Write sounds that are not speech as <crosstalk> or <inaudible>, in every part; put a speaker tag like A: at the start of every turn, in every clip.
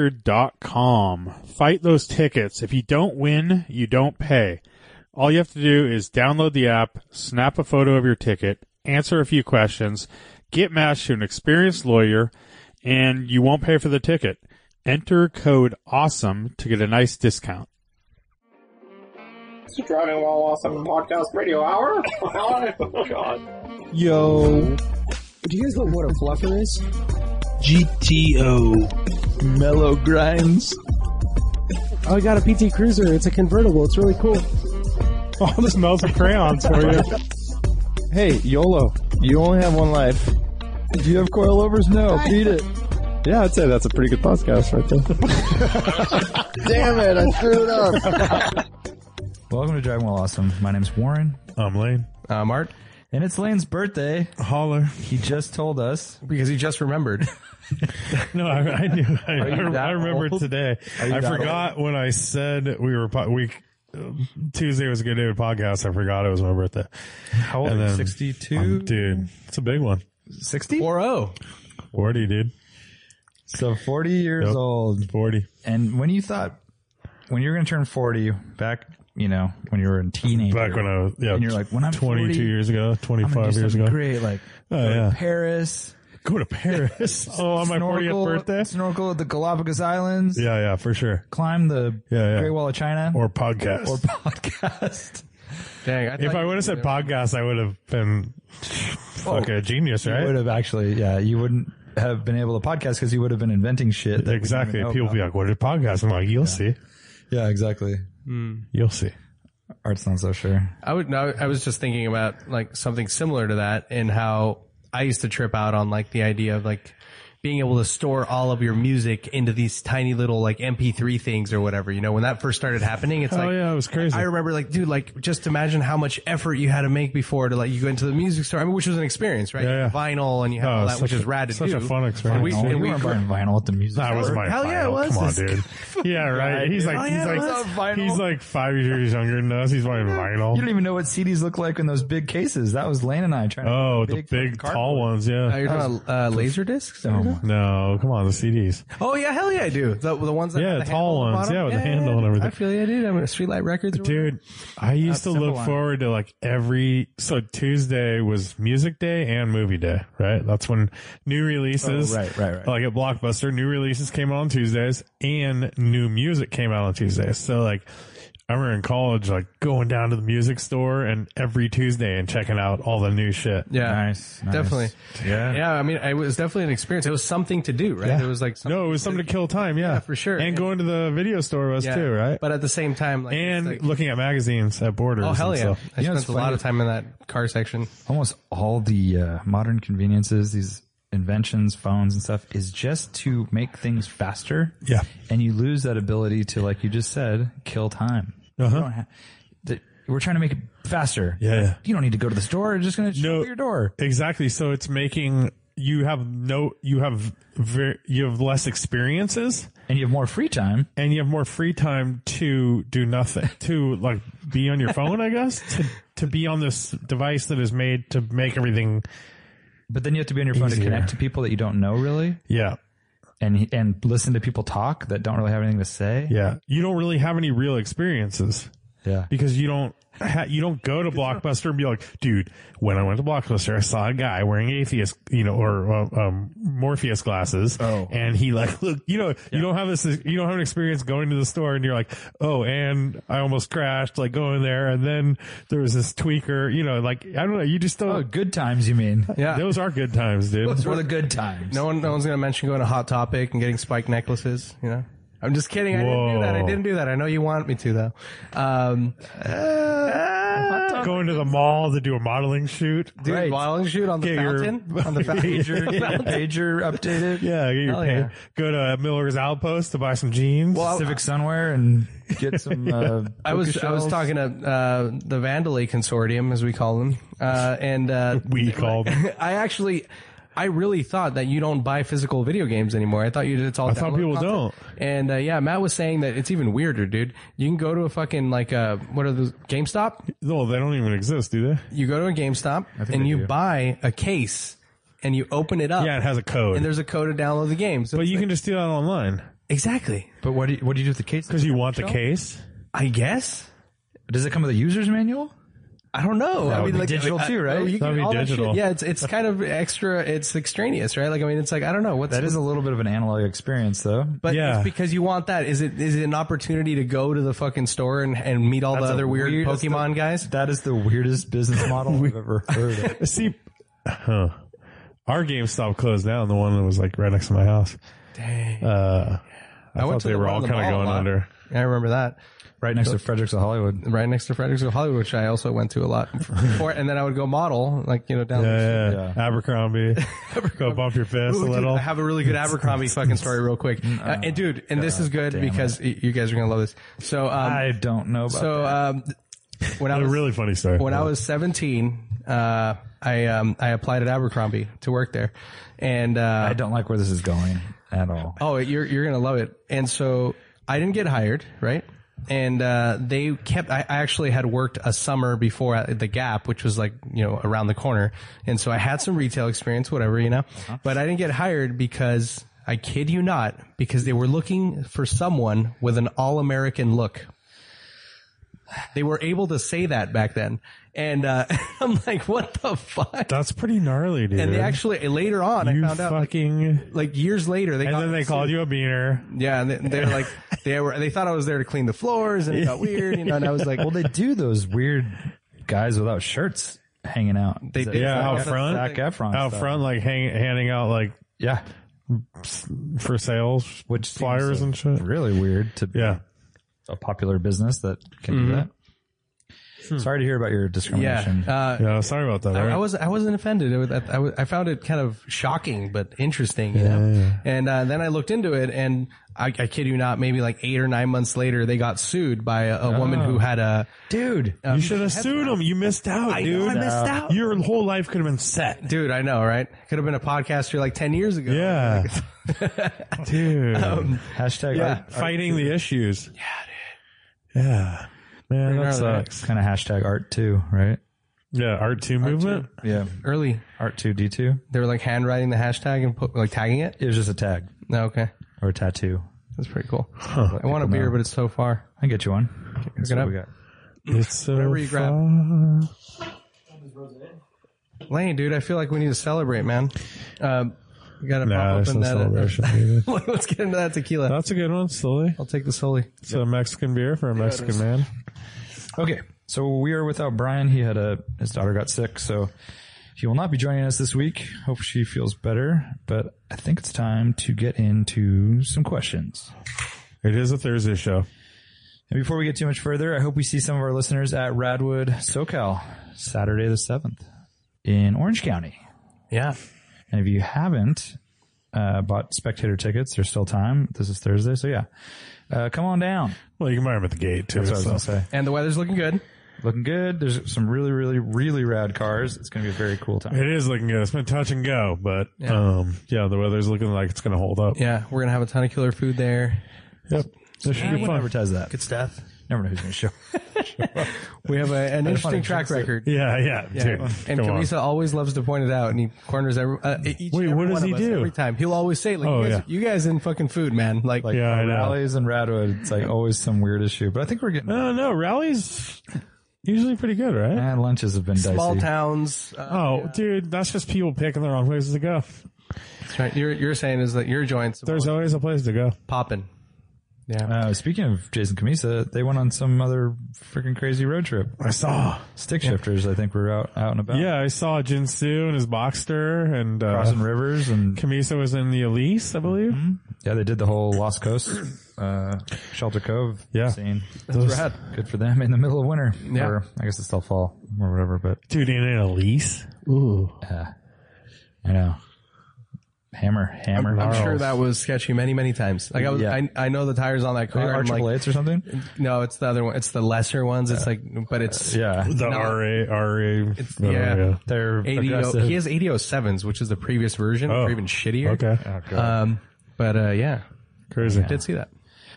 A: offtherecord.com. Fight those tickets. If you don't win, you don't pay. All you have to do is download the app, snap a photo of your ticket, answer a few questions, get matched to an experienced lawyer, and you won't pay for the ticket. Enter code AWESOME to get a nice discount.
B: It's Driving While Awesome Podcast Radio Hour. <laughs> oh, God.
C: Yo. Do you guys know what a fluffer is?
D: GTO mellow grinds.
C: Oh, I got a PT Cruiser. It's a convertible. It's really cool.
A: All the smells of crayons for you.
D: Hey, YOLO, you only have one life. Do you have coilovers? No, beat it. Yeah, I'd say that's a pretty good podcast right
C: <laughs>
D: there.
E: Damn it, I screwed up.
F: Welcome to Dragon Well Awesome. My name's Warren,
A: I'm lame.
G: Uh, Mart,
F: and it's Lane's birthday.
A: Holler.
F: He just told us.
G: because he just remembered.
A: <laughs> No, I, I knew. I, I,
G: you that
A: remember
G: old?
A: today.
G: Are you
A: I
G: that
A: forgot when I said we were po- we Tuesday was a good day to podcast. I forgot it was my birthday.
G: How old
A: And
G: are you?
A: then-
G: 62?
A: Um, Dude, it's a big one.
F: 60?
G: 40.
A: Forty, dude.
F: So 40 years
A: Yep.
F: old.
A: Forty.
F: And when you thought, when you were going to turn 40, back, you know, when you were a teenager.
A: Back when I was yeah,
F: And you're like, when I'm
A: 22
F: 40,
A: years ago, twenty
F: I'm gonna
A: five
F: do
A: years
F: something
A: ago,
F: great, like
A: Oh,
F: go to
A: yeah.
F: Paris.
A: go to Paris. <laughs> oh, on my fortieth
F: snorkel-
A: birthday.
F: Snorkel at the Galapagos Islands.
A: Yeah, yeah, for sure.
F: Climb the
A: Yeah, yeah.
F: Great Wall of China.
A: Or podcast.
F: or <laughs> podcast.
G: Dang. I
A: if I would have said podcast, I would
F: <laughs>
A: have been like a genius,
F: Oh. You would
A: right?
F: have actually, yeah, you wouldn't have been able to podcast because you would have been inventing shit. that we
A: Exactly.
F: don't even
A: People
F: know
A: be like, "What did podcast?" I'm like, "You'll see.
F: about. yeah, exactly.
A: You'll see."
F: Art's not so sure.
G: I would. No, I was just thinking about like something similar to that, and how I used to trip out on like the idea of like being able to store all of your music into these tiny little like MP3 things or whatever. You know, when that first started happening, it's
A: Oh
G: like
A: yeah, it was crazy.
G: I remember like, dude, like just imagine how much effort you had to make before to like you go into the music store. I mean, which was an experience, right?
A: Yeah, yeah.
G: Vinyl and you had
A: Oh,
G: all that,
A: such
G: which
A: a-
G: is rad to
A: such
G: do.
A: a fun experience.
G: And we,
F: Oh,
G: and
F: you
G: we
F: weren't buying vinyl at the music.
A: That was
F: store.
A: my
G: Hell
A: vinyl.
G: yeah, it was.
A: Come on,
G: This
F: <laughs>
A: dude. yeah, right. He's like,
F: Hell
A: he's
F: Oh, yeah, it was
A: like,
F: vinyl.
A: he's like five years younger than us. He's buying
F: You don't
A: vinyl.
F: even know what CDs look like in those big cases. That was Lane and I trying to.
A: Oh, the big tall ones.
G: Uh,
A: Yeah.
G: you're talking about uh, laser discs?
F: Oh my.
A: No, come on, the CDs.
G: Oh yeah, hell yeah, I do. The, the ones that
A: Yeah,
G: the
A: the tall
G: handle on the
A: ones.
G: bottom?
A: Yeah, with the handle and everything.
G: I feel yeah, dude. I'm at Streetlight Records, or whatever.
A: Dude, I used to
F: simple
A: look
F: one.
A: forward to like every, so Tuesday was music day and movie day, right? That's when new releases,
F: Oh, right, right, right.
A: Like at Blockbuster, new releases came out on Tuesdays and new music came out on Tuesdays. So like, I remember in college, like going down to the music store and every Tuesday and checking out all the new shit.
G: Yeah,
F: Nice, nice.
G: definitely.
A: Yeah.
G: <laughs> Yeah, I mean, it was definitely an experience. It was something to do, right?
A: Yeah.
G: It was like something
A: No, it was something to kill time. Yeah,
G: for sure.
A: And,
G: And-
A: going to the video store was
G: yeah.
A: too, right?
G: But at the same time, like,
A: and
G: it's like-
A: looking at magazines at Borders.
G: oh hell
A: and
G: yeah,
A: stuff.
G: I
F: You know,
G: spent
F: it's
G: a lot
F: funny-
G: of time in that car section.
F: almost all the uh, modern conveniences, these inventions, phones and stuff is just to make things faster.
A: Yeah.
F: And you lose that ability to, like you just said, kill time. You
A: Uh-huh.
F: don't ha- that- we're trying to make it faster.
A: Yeah, yeah.
F: You don't need to go to the store. It's just going to show
A: No.
F: up at your door.
A: Exactly. So it's making you have no, you have ver- you have less experiences,
F: And you have more free time.
A: and you have more free time to do nothing, to like be on your phone, I guess, to to be on this device that is made to make everything.
F: But then you have to be on your phone
A: Easier.
F: to connect to people that you don't know really
A: Yeah,
F: and and listen to people talk that don't really have anything to say.
A: yeah. You don't really have any real experiences.
F: Yeah.
A: because you don't ha- you don't go to Blockbuster and be like, dude, when I went to Blockbuster, I saw a guy wearing atheist, you know, or um, um, Morpheus glasses,
F: Oh.
A: and he like, <laughs> look, you know, you don't have this, you don't have an experience going to the store, and you're like, oh, and I almost crashed, like going there, and then there was this tweaker, you know, like I don't know, you just
F: Oh,
A: don't.
F: good times you mean.
G: Oh, Yeah.
A: Those are good times, dude.
F: Those were the good times.
G: No one, no one's gonna mention going to Hot Topic and getting spike necklaces. You know, I'm just kidding. I didn't do that. I
A: Whoa.
G: didn't do that. I know you want me to though. Um,
A: <laughs> Going to the mall to do a modeling shoot.
G: dude,
F: Right.
G: modeling shoot on the
A: Get your-
G: fountain on the fountain. <laughs>
F: Pager, pager updated.
A: Yeah, get your
G: Hell
A: pay-
G: <laughs> yeah.
A: go to Miller's Outpost to buy some jeans.
G: Well,
F: Civic Sunwear and get some. <laughs> Uh,
G: I was I was talking to uh, the Vandalay Consortium, as we call them, uh, and uh,
A: we
G: <laughs>
A: called.
G: I actually, I really thought that you don't buy physical video games anymore. I thought you did. It's all. I
A: thought people don't.
G: And uh, yeah, Matt was saying that it's even weirder, dude. You can go to a fucking like uh, what are those GameStop?
A: No, they don't even exist, do they?
G: You go to a GameStop and you buy a case. and you open it up.
A: Yeah, it has a
G: and
A: code.
G: there's a code to download the game. So
A: But you can just do that online
G: exactly.
F: But what do you, what do you do with the case?
A: because you want the case.
G: I guess.
F: Does it come with a user's manual?
G: I don't know. I oh,
F: would be digital too, right?
G: you
A: That would
G: can-
A: be
G: all that shit.
A: digital.
G: Yeah, it's it's kind of extra. It's extraneous, right? Like I mean, it's like I don't know what's
F: That is a little bit of an analog experience, though.
G: But
A: Yeah.
G: it's because you want that. Is it is it an opportunity to go to the fucking store and, and meet all
F: That's
G: the
F: a
G: other weird,
F: weird- that's the-
G: Pokemon guys?
F: that is the weirdest business model I've ever heard. of. <laughs>
A: See, huh. our GameStop closed down. The one that was like right next to my house.
G: Dang.
A: Uh, I,
G: I
A: thought
G: went to
A: they
G: the
A: were
G: one
A: all
G: in the
A: kind of
G: mall a
A: going
G: lot.
A: under.
G: I remember that.
F: Right next to Fredericks of Hollywood.
G: Right next to Fredericksburg Hollywood, which I also went to
A: <laughs>
G: a lot before, and then I would go model, like you know, down. the street.
A: Yeah, yeah.
G: <laughs>
A: Abercrombie. Go bump your fist
G: Ooh,
A: a
G: dude,
A: little.
G: I have
A: <laughs>
G: a really good Abercrombie fucking story, real quick. Uh, and dude, and this is good because y- you guys are gonna love this. So, um,
F: I don't know about
G: so um, when I
A: a
G: was
A: really funny story.
G: when I was 17, uh, I um, I applied at Abercrombie to work there, and uh,
F: I don't like where this is going at all.
G: Oh, you're you're gonna love it. And so I didn't get hired, right? And uh, they kept. I, I actually had worked a summer before at the Gap, which was like you know around the corner, and so I had some retail experience, whatever you know.
A: Uh-huh.
G: But I didn't get hired because I kid you not, because they were looking for someone with an all-American look they were able to say that back then. And uh, <laughs> I'm like, what the fuck?
A: That's pretty gnarly, dude.
G: And they actually later on,
A: you
G: I found out like,
A: fucking.
G: like, years later, they
A: and
G: got
A: then they called you a beaner.
G: Yeah, and they, they
A: <laughs>
G: were like, they were they thought I was there to clean the floors, and it got
A: <laughs>
G: weird, you know. And I was like,
F: Well, they do those weird guys without shirts hanging out.
G: They
F: Is it
G: do.
A: Yeah,
G: Zac
A: out
G: Efron.
A: front.
F: Zac Efron
A: Out
F: stuff?
A: front, like hang, handing out like
F: Yeah,
A: for sales,
F: which seems
A: flyers and shit.
F: Really weird to be
A: Yeah.
F: a popular business that can do that. Sorry to hear about your
G: yeah,
F: discrimination.
G: uh,
A: Yeah, sorry about that.
G: I,
A: right?
G: I was I wasn't offended. It was, I, I, was- I found it kind of shocking, but interesting. You know? And uh, then I looked into it, and I, I kid you not, maybe like eight or nine months later, they got sued by a, a woman who had a
F: Dude,
A: Oh. you should have sued him. You missed out,
G: Um, I
A: dude.
G: know, I missed out.
A: Your whole life could have been set.
G: <laughs> dude. I know, right? Could have been a podcaster like ten years ago.
A: <laughs> Yeah, <laughs> dude.
F: hashtag
G: yeah.
F: Um, art,
A: Fighting the issues. Yeah, dude. Yeah, man, that sucks.
F: kind of hashtag art two, right?
A: Yeah, art two movement.
F: Yeah,
G: early.
F: art two D two.
G: They were like handwriting the hashtag and put, like tagging it.
F: It was just a tag
G: No, okay,
F: or a tattoo.
G: that's pretty cool. I want a beer, but it's so far.
F: I get you one. That's
G: it
F: what
G: up.
F: we got.
A: It's so
G: Whatever you grab.
A: fun.
G: Lane, dude, I feel like we need to celebrate, man. Um, we gotta
A: Nah,
G: pop
A: there's
G: open
A: no
G: that. uh,
A: celebration. dude.
G: <laughs> Let's get into that tequila.
A: That's a good one, Sully.
G: I'll take the Sully.
A: It's a Mexican beer for a Mexican man.
F: Okay, so we are without Brian. He had a his daughter got sick, so he will not be joining us this week. Hope she feels better. But I think it's time to get into some questions.
A: It is a Thursday show.
F: And before we get too much further, I hope we see some of our listeners at Radwood SoCal Saturday the seventh in Orange County.
G: Yeah.
F: And if you haven't uh, bought spectator tickets, there's still time. This is Thursday, so yeah, uh, come on down.
A: Well, you can buy them at the gate too.
F: That's what I was
A: so.
F: gonna say.
G: And the weather's looking good.
F: Looking good. There's some really, really, really rad cars. It's gonna be a very cool time.
A: It is looking good. It's been touch and go, but um, yeah, the weather's looking like it's going to hold up.
G: Yeah, we're gonna have a ton of killer food there.
A: Yep. This should be
F: Who
A: fun.
F: advertise that?
G: Good stuff.
F: Never know who's going to show.
G: We have
A: <laughs>
G: a, an interesting
F: funny
G: track
F: jinx it.
G: record.
A: Yeah, <laughs> yeah, dude. come
G: And
A: on.
G: Camisa always loves to point it out, and he corners every. Uh, each
A: Wait,
G: and every
A: what does
G: one
A: he
G: of us
A: do?
G: Every time he'll always say, "Like
A: Oh,
G: you, guys,
A: yeah.
G: you guys in fucking food, man." Like,
F: Like
A: <laughs> Yeah, I know.
F: rallies and Radwood, it's like always some weird issue. But I think we're getting.
A: No, no, rallies usually pretty good, right?
F: Man, lunches have been
G: small
F: dicey.
G: towns. Uh,
A: Oh, dude, that's just people picking the wrong places to go.
G: that's right. You're you're saying is that your joints
A: There's always a place to go.
G: popping.
F: Uh, speaking of Jason Camisa, they went on some other freaking crazy road trip.
A: I saw.
F: Stick shifters, I think, were out out and about.
A: Yeah, I saw Jinsu and his Boxster, and uh,
F: crossing Mm-hmm. rivers and
A: Camisa was in the Elise, I believe.
F: yeah, they did the whole Lost Coast, uh, Shelter Cove
A: Yeah.
F: scene.
A: Those-
G: rad.
F: Good for them in the middle of winter.
G: Yeah.
F: Or I guess it's still fall or whatever. But
A: Dude, in an Elise?
F: I know. Hammer, hammer.
G: I'm sure
F: Gnarls.
G: that was sketchy many, many times. Like I was,
F: Yeah.
G: I, I know the tires on that
F: Are
G: car.
F: they
G: I'm like,
F: R888s or something.
G: no, it's the other one. It's the lesser ones.
A: Uh,
G: It's like, but it's
F: Yeah,
A: The RA, RA. whatever,
G: yeah.
F: they're
G: ADO.
F: aggressive.
G: oh, He has 807s, which is the previous version,
A: Oh.
G: or even shittier.
A: Okay.
G: Um, but uh, yeah,
A: Crazy.
G: did see that.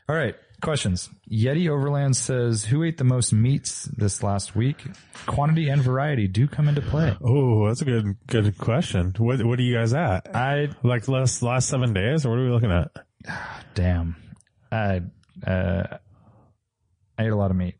F: All right. Questions. Yeti Overland says, who ate the most meats this last week? Quantity and variety do come into play.
A: Oh, that's a good good question. What what are you guys at?
F: I,
A: Like last last seven days, or what are we looking at?
F: damn. I, uh, I ate a lot of meat.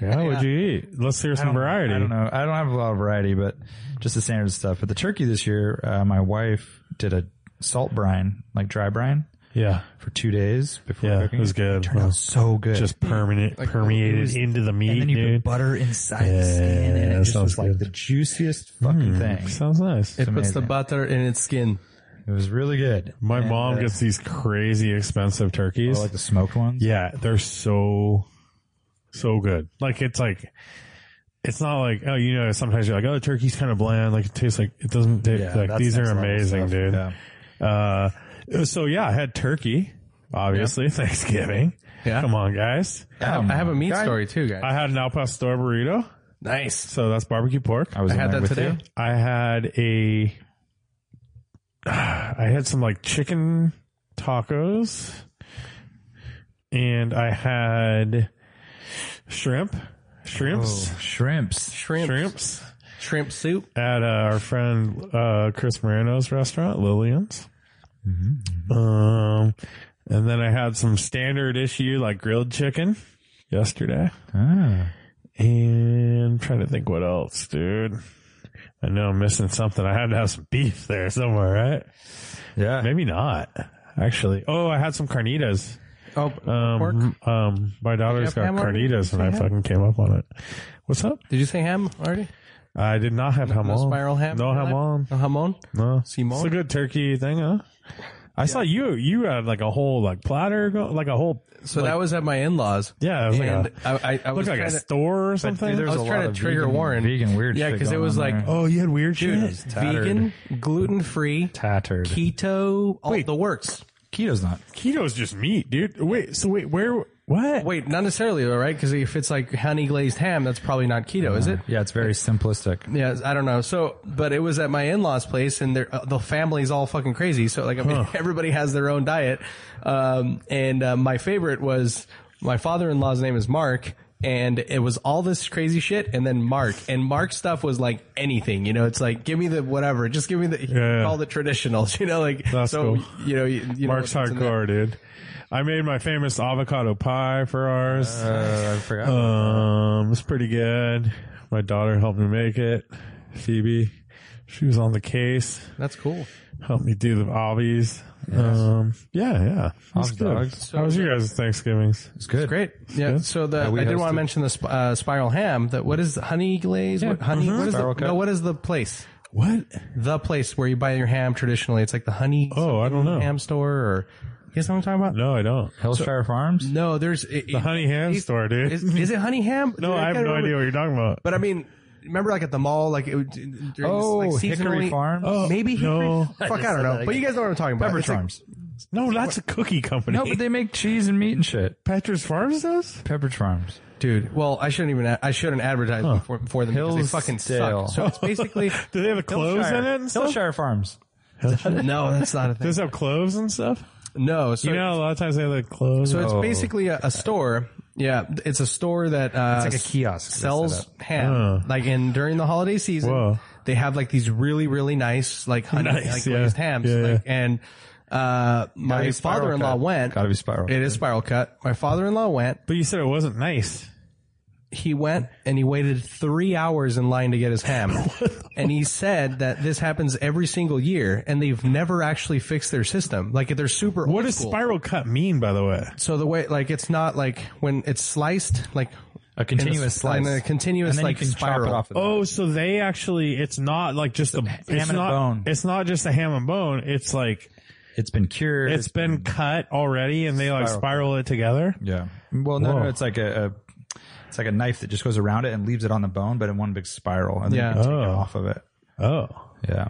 A: Yeah, what'd you eat? Let's hear some
F: I don't-
A: variety.
F: I don't know. I don't have a lot of variety, but just the standard stuff. But the turkey this year, uh, my wife did a salt brine, like dry brine,
A: Yeah,
F: for two days before
A: yeah,
F: cooking.
A: it was good.
F: Turned out so good.
A: Just permanent permeated
F: it was-
A: into the meat,
F: and then you
A: dude.
F: put butter inside
A: Yeah,
F: the skin, and
A: that
F: it just
A: sounds
F: was like
A: good.
F: the juiciest fucking thing.
A: Hmm, Sounds nice.
F: It's
G: It puts the
F: amazing.
G: butter in its skin.
F: It was really good.
A: My
F: And,
A: mom
F: uh,
A: gets these crazy expensive
F: oh,
A: turkeys.
F: like the smoked ones.
A: Yeah, they're so so good. Like it's like it's not like oh you know sometimes you're like oh the turkey's kind of bland like it tastes like it doesn't taste
F: Yeah,
A: like
F: that's
A: these are
F: next level
A: amazing
F: stuff.
A: dude.
F: Yeah.
A: Uh, so yeah, I had turkey obviously <laughs> Thanksgiving.
G: Yeah.
A: come on guys.
G: I have, I have a meat
F: Guy-
G: story too, guys.
A: I had an al pastor burrito,
G: nice.
A: so that's barbecue pork.
F: I was
G: I
F: in
G: had
F: there
G: that
F: with
G: today.
F: you.
A: I had a I had some like chicken tacos and I had shrimp shrimps
F: Oh, shrimps.
G: Shrimp. Shrimp.
A: shrimps
G: soup.
A: at uh, our friend uh, Chris Moreno's restaurant Lillian's um and then I had some standard issue like grilled chicken yesterday
F: Ah.
A: and I'm trying to think what else, dude. I know I'm missing something. I had to have some beef there somewhere, right?
F: Yeah.
A: Maybe not, actually. Oh, I had some carnitas.
G: Oh,
A: Um,
G: pork.
A: um, my daughter's
G: Did you
A: got
G: have ham already?
A: carnitas, and I fucking came up on it. What's up?
G: Did you say ham already?
A: I did not have ham
G: No
A: on.
G: spiral ham.
A: No ham on.
G: No hamon.
A: No.
G: Simon?
A: It's a good turkey thing, huh? I saw you. You had like a whole like platter, go, like a whole.
G: So that was at my in-laws.
A: Yeah, it was like
G: and
A: a,
G: I I, I was
A: looked like
G: trying
A: a
G: to,
A: store or something.
G: I
F: a
G: was trying
F: lot
G: to
F: of
G: trigger
F: vegan-
G: Warren.
F: vegan weird
G: Yeah,
F: shit
G: it
F: going
G: was
F: on
G: like
F: there.
A: oh, you had weird
G: dude,
A: shit.
G: vegan, gluten free,
F: Tattered.
G: keto, all the works.
F: Keto's not.
A: Keto's just meat, dude. Wait, so wait, where? What?
G: Wait, not necessarily though, right? Because if it's like honey glazed ham, that's probably not keto, is
A: Mm-hmm.
G: it?
F: Yeah, it's very simplistic.
G: Yeah, I don't know. So, but it was at my in-laws' place, and their uh, the family's all fucking crazy. So, like, I mean, <laughs> everybody has their own diet. Um, and uh, my favorite was my father-in-law's name is Mark, and it was all this crazy shit, and then Mark, and Mark's stuff was like anything, you know. It's like, give me the whatever, just give me the
A: Yeah.
G: all the traditionals, <laughs> you know, like
A: That's
G: so
A: cool.
G: you know, you, you know
A: Mark's
G: what's in that.
A: hardcore, dude. I made my famous avocado pie for ours.
F: Uh, I forgot.
A: um, it's pretty good. My daughter helped me make it. Phoebe, she was on the case,
G: That's cool.
A: helped me do the obvies. Um, yeah, yeah. That's
F: Hot
A: good.
F: dogs.
A: How was your guys' Thanksgivings?
F: it's good.
G: Great. Yeah. So the
F: we
G: I did
F: hosted-
G: want to mention the sp- uh, spiral ham. That what is the honey glaze? What, honey.
A: Uh-huh.
G: what is
F: Spiral
G: the,
F: cut.
G: no, what is the place?
A: What?
G: The place where you buy your ham traditionally. It's like the honey.
A: Oh, I don't know.
G: Ham store or you guys know what I'm talking about?
A: No, I don't.
F: Hillshire Farms.
G: No, there's it, the
A: honey ham store, dude.
G: Is, is it honey ham?
A: <laughs> No,
G: Dude,
A: I have
G: can't
A: no
G: remember.
A: idea what you're talking about.
G: But I mean. Remember, like at the mall, like it would, during this,
F: Oh,
G: like
F: Hickory
G: seasonally-
F: Farms.
G: maybe Hickory.
A: Oh, no.
G: <laughs> Fuck, I don't know. But you guys know what I'm talking about.
F: Pepper
G: It's like-
F: Farms.
A: No, that's a cookie company.
F: no,
A: <laughs>
F: but
G: <laughs>
F: they make cheese and meat and shit.
A: Petra's Farms does?
F: Pepperidge Farms.
G: dude. Well, I shouldn't even. I shouldn't advertise for, for them because they fucking
F: Hillsdale.
G: suck. So
A: <laughs>
G: it's basically
A: Do they have a cloves in it and stuff?
F: Hillshire Farms.
G: no, that's not a thing.
A: Does it have cloves and stuff?
G: No, so
A: You know, a lot of times they have the cloves.
G: so it's basically a, a store. Yeah, it's a store that uh,
F: It's like a kiosk they
G: sells
F: set
G: ham.
A: Oh.
G: Like in during the holiday season,
A: Whoa.
G: they have like these really really nice like honey
A: Nice,
G: like
A: yeah.
G: glazed hams.
A: Yeah,
G: like, And uh,
F: Gotta
G: my
F: be spiral
G: father in law
F: cut.
G: went.
F: Gotta be spiral.
G: It is spiral cut. My father in law went.
A: But you said it wasn't nice.
G: He went and he waited three hours in line to get
F: <laughs>
G: his ham. and he said that this happens every single year, and they've never actually fixed their system. Like they're super.
A: What
G: old
A: does
G: school.
A: spiral cut mean, by the way?
G: So the way, like, it's not like when it's sliced, like
F: A
G: in
F: continuous
G: a,
F: slice.
G: in a continuous
F: and then
G: like
F: you can
G: spiral.
F: chop it off. Of
A: Oh, so they actually, it's not like just a, it's
F: and a
A: not,
F: bone.
A: It's not just a ham and bone. It's like,
F: it's been cured.
A: it's been cut already and they like
F: Spiral
A: spiral it together.
F: yeah. Well, no,
A: Whoa.
F: no, it's like a, a, it's like a knife that just goes around it and leaves it on the bone, but in one big spiral, and then
G: Yeah.
F: you can take it
A: Oh.
F: off of it.
A: Oh.
F: Yeah.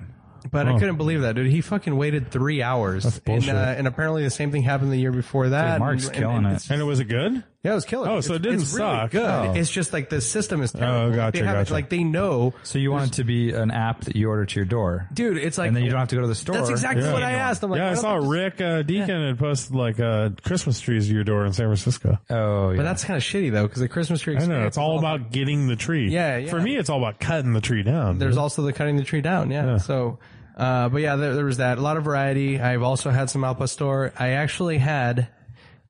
G: But I couldn't believe that, dude. He fucking waited three hours, and,
A: bullshit.
G: uh, and apparently the same thing happened the year before that.
F: Mark's
G: and, and-
F: killing
G: and
F: it.
A: And it was it good?
G: Yeah, it was killer.
A: Oh, so it
G: It's-
A: didn't
G: it's really
A: suck.
G: good.
A: Oh.
G: It's just like the system is terrible.
A: gotcha,
G: They have it-
A: gotcha.
G: Like they know,
F: So you want it to be an app that you order to your door,
G: dude. It's like
F: and then you don't have to go to the store.
G: That's exactly
A: Yeah.
G: what I asked. I'm like,
A: yeah, I
G: why
A: saw
G: don't they
A: Rick
G: just-
A: uh, Deacon had posted like uh, Christmas trees to your door in San Francisco.
F: Oh, yeah.
G: But that's kind of shitty though, because the Christmas tree.
A: I know
G: experience
A: it's all
G: is
A: about getting the tree.
G: Yeah, yeah.
A: For me, it's all about cutting the tree down.
G: There's
A: dude.
G: also the cutting the tree down. Yeah. So, uh, but yeah, there, there was that. A lot of variety. I've also had some Al Pastor. I actually had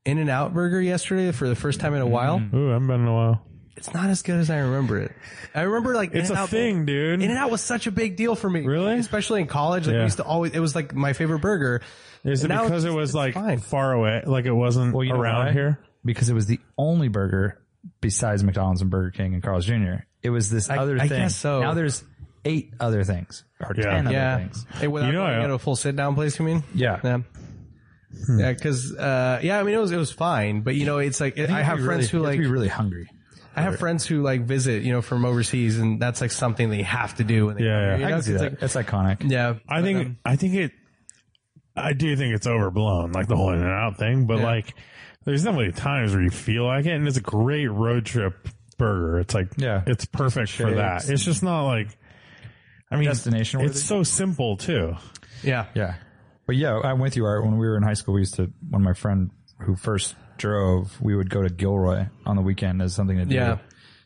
G: In and Out Burger yesterday for the first time in a while.
A: Ooh, I haven't been in a while.
G: It's not as good as I remember it. I remember like
A: It's a
G: In-N-Out-
A: thing, dude.
G: In and Out was such a big deal for me.
A: Really?
G: Especially in college. Like
A: Yeah.
G: we used to always, it was like my favorite burger.
A: Is it
G: And now
A: because
G: it's-
A: it was
G: it's
A: like
G: fine.
A: far away, like it wasn't
F: you know
A: around
F: why?
A: here?
F: because it was the only burger besides McDonald's and Burger King and Carl's Jr. It was this other
G: I
F: thing.
G: guess so.
F: Now there's eight other things or
A: Yeah.
F: ten
G: Yeah.
F: other things.
G: Hey, without
A: You
G: you
A: know, I-
G: going to a full sit down place, you mean?
F: Yeah.
G: Yeah. Yeah, because uh, yeah, I mean it was it was fine, but you know it's like I,
F: You
G: have
F: have to be really-
G: friends who
F: you have
G: like
F: to be really hungry.
G: I have friends who like visit, you know, from overseas, and that's like something they have to do. When they
A: Yeah,
G: come here,
A: yeah.
G: you
F: I
G: know,
F: can see
G: it's
F: that.
G: like-
F: It's iconic.
G: yeah. Um,
A: I think I think it. I do think it's overblown, like the whole in and out thing. But
G: Yeah.
A: like, there's definitely times where you feel like it, and it's a great road trip burger. It's like,
F: Yeah.
A: it's perfect for that.
F: Shakes.
A: It's just not like, I mean,
F: Destination worthy.
A: It's so simple too.
G: yeah,
F: Yeah. But yeah, I'm with you, Art. When we were in high school, we used to, when my friend who first drove, we would go to Gilroy on the weekend as something to do.
G: Yeah.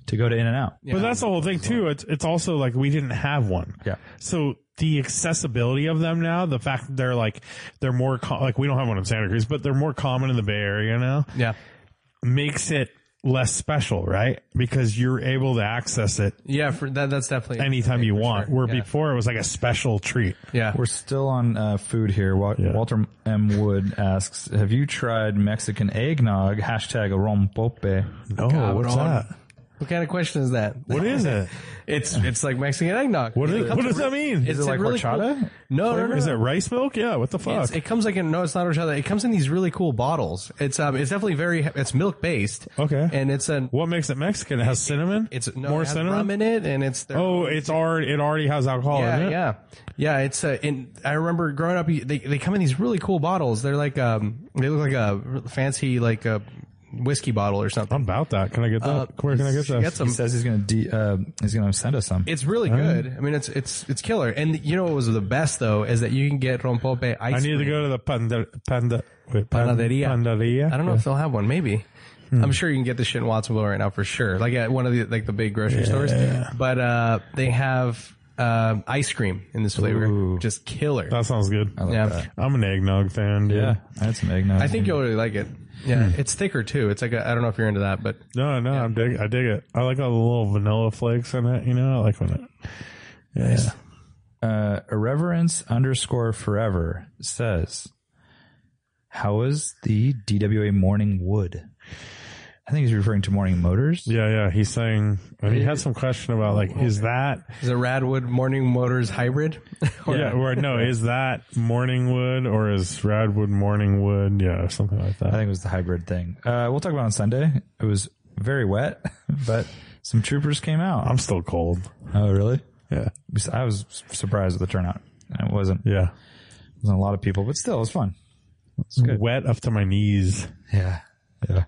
F: To go to In and Out.
A: But that's the whole thing too. It's it's also like we didn't have one.
F: Yeah.
A: So the accessibility of them now, the fact that they're like they're more com- like we don't have one in Santa Cruz, but they're more common in the Bay Area now.
G: yeah,
A: Makes it less special, right? Because you're able to access it
G: yeah. For that, that's definitely
A: anytime you want.
G: sure.
A: Where
G: Yeah.
A: before it was like a special treat.
G: Yeah,
F: We're still on uh, food here. Wa-
A: Yeah.
F: Walter M. Wood asks, have you tried Mexican eggnog? Hashtag rompope.
A: No, Oh, what's
G: Cabron.
A: that?
G: what kind of question is that?
A: What is it?
G: It's it's like Mexican eggnog.
A: What,
G: It
A: is,
G: comes
A: what does
G: in-
A: that mean?
G: It's
F: it like
G: a really
F: horchata?
G: cool- Oh, no, no, no,
A: Is it
G: no.
A: rice milk? Yeah. What the fuck?
G: It's, it comes like in no, it's not horchata. It comes in these really cool bottles. It's um, it's definitely very it's milk based.
A: Okay.
G: and it's an
A: what makes it Mexican? It has cinnamon.
G: it's no,
A: more
G: it has
A: cinnamon.
G: rum in it, and it's their
A: oh, it's already it already has alcohol
G: yeah,
A: in it.
G: Yeah, yeah, It's uh, in. I remember growing up. you- They they come in these really cool bottles. They're like um, they look like a fancy like a whiskey bottle or something.
A: I'm <laughs> about that. Can I get that?
G: Uh,
A: Where can I get that?
G: Get some.
F: He says he's gonna de- uh, he's gonna send us some.
G: It's really good. I mean, it's it's it's killer. And you know what was the best though is that you can get rompope ice.
A: I need to go to the panda, panda, wait, pan-
G: Panaderia.
A: Panaderia.
G: I don't know if they'll have one. Maybe. I'm sure you can get this shit in Watsonville right now for sure. Like at one of the like the big grocery stores. But uh, they have uh, ice cream in this flavor, just killer.
A: That sounds good.
G: yeah.
A: I'm an eggnog fan, dude.
F: yeah, that's some eggnog.
G: I think you'll really like it. Yeah, it's thicker too. It's like a, I don't know if you're into that, but
A: No, no, I'm dig. I dig it. I like all the little vanilla flakes in it. You know, I like when it. Yeah.
F: uh, irreverence underscore forever says, "How is the DWA morning wood?" I think he's referring to morning motors.
A: Yeah, yeah. He's saying, and he had some question about like, is that,
G: is it Radwood Morning Motors hybrid? <laughs> Or-
A: yeah, or no, is that Morningwood or is Radwood Morningwood? Yeah, or something like
F: I
A: that.
F: think it was the hybrid thing. Uh, we'll talk about it on Sunday. It was very wet, <laughs> but some troopers came out.
A: I'm still cold.
F: Oh, really?
A: Yeah.
F: I was surprised at the turnout. It wasn't,
A: Yeah.
F: wasn't a lot of people, but still, it was fun.
A: Wet up to my knees.
F: Yeah. Yeah.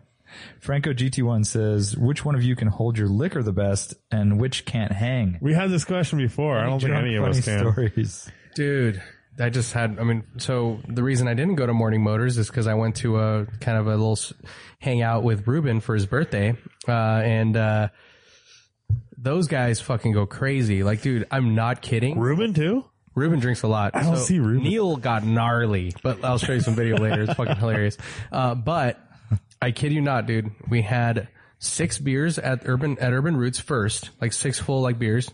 F: Franco GT1 says, which one of you can hold your liquor the best and which can't hang?
A: We had this question before. I don't think
F: Drunk
A: any of
F: funny
A: us can.
F: stories.
G: dude, I just had. I mean, so the reason I didn't go to Morning Motors is because I went to a kind of a little s- hangout with Ruben for his birthday, uh, and uh, those guys fucking go crazy. Like, dude, I'm not kidding.
A: Ruben too?
G: Ruben drinks a lot. I
A: don't see Ruben.
G: Neil got gnarly, but I'll show you some video later. It's fucking hilarious. Uh, but I kid you not, dude. We had six beers at Urban at Urban Roots first, like six full like beers.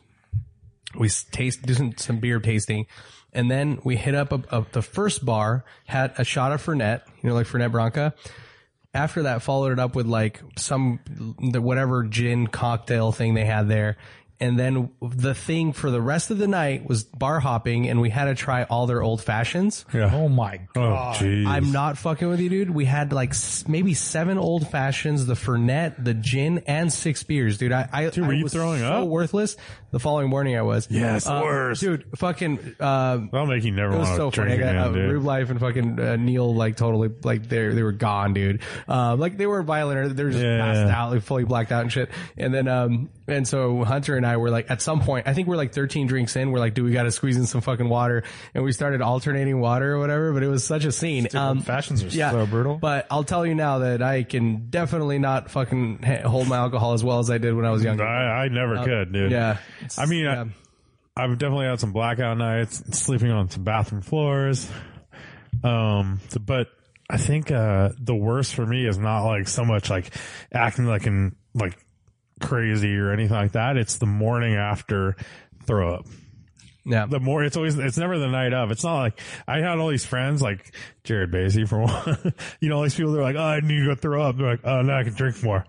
G: We s- taste do some, some beer tasting, and then we hit up a, a, the first bar had a shot of Fernet, you know, like Fernet Branca. After that, followed it up with like some the whatever gin cocktail thing they had there. And then the thing for the rest of the night was bar hopping, and we had to try all their old fashions.
F: Oh my
A: Oh,
F: god.
A: jeez.
G: I'm not fucking with you, dude. We had like s- maybe seven old fashions, the Fernet, the gin, and six beers, dude. I, I, dude,
A: were you throwing
G: so
A: up?
G: Worthless. The following morning, I was. Uh,
A: Yes, worse.
G: dude. Fucking. Um,
A: That'll make you never
G: it
A: want
G: was
A: to
G: so funny.
A: drink
G: I got
A: again,
G: uh,
A: dude.
G: Rube Life and fucking uh, Neil like totally like they they were gone, dude. Uh, like they weren't violent or they were just
A: Yeah.
G: passed out, like fully blacked out and shit. And then um and so Hunter and I were like at some point, I think we're like 13 drinks in, we're like, dude, we got to squeeze in some fucking water, and we started alternating water or whatever. But it was such a scene. um,
F: fashions are
G: yeah,
F: so brutal.
G: But I'll tell you now that I can definitely not fucking ha- hold my alcohol as well as I did when I was younger.
A: I, I never could, dude.
G: Uh, yeah,
A: I mean,
G: Yeah.
A: I, I've definitely had some blackout nights, sleeping on some bathroom floors. Um, but I think, uh, the worst for me is not like so much like acting like an, like crazy or anything like that. It's the morning after throw up.
G: yeah.
A: The more it's always, it's never the night of. It's not like I had all these friends like Jared Basie for <laughs> one, you know, all these people that are like, Oh, I need to go throw up. They're like, Oh, now I can drink
G: <laughs>
A: more.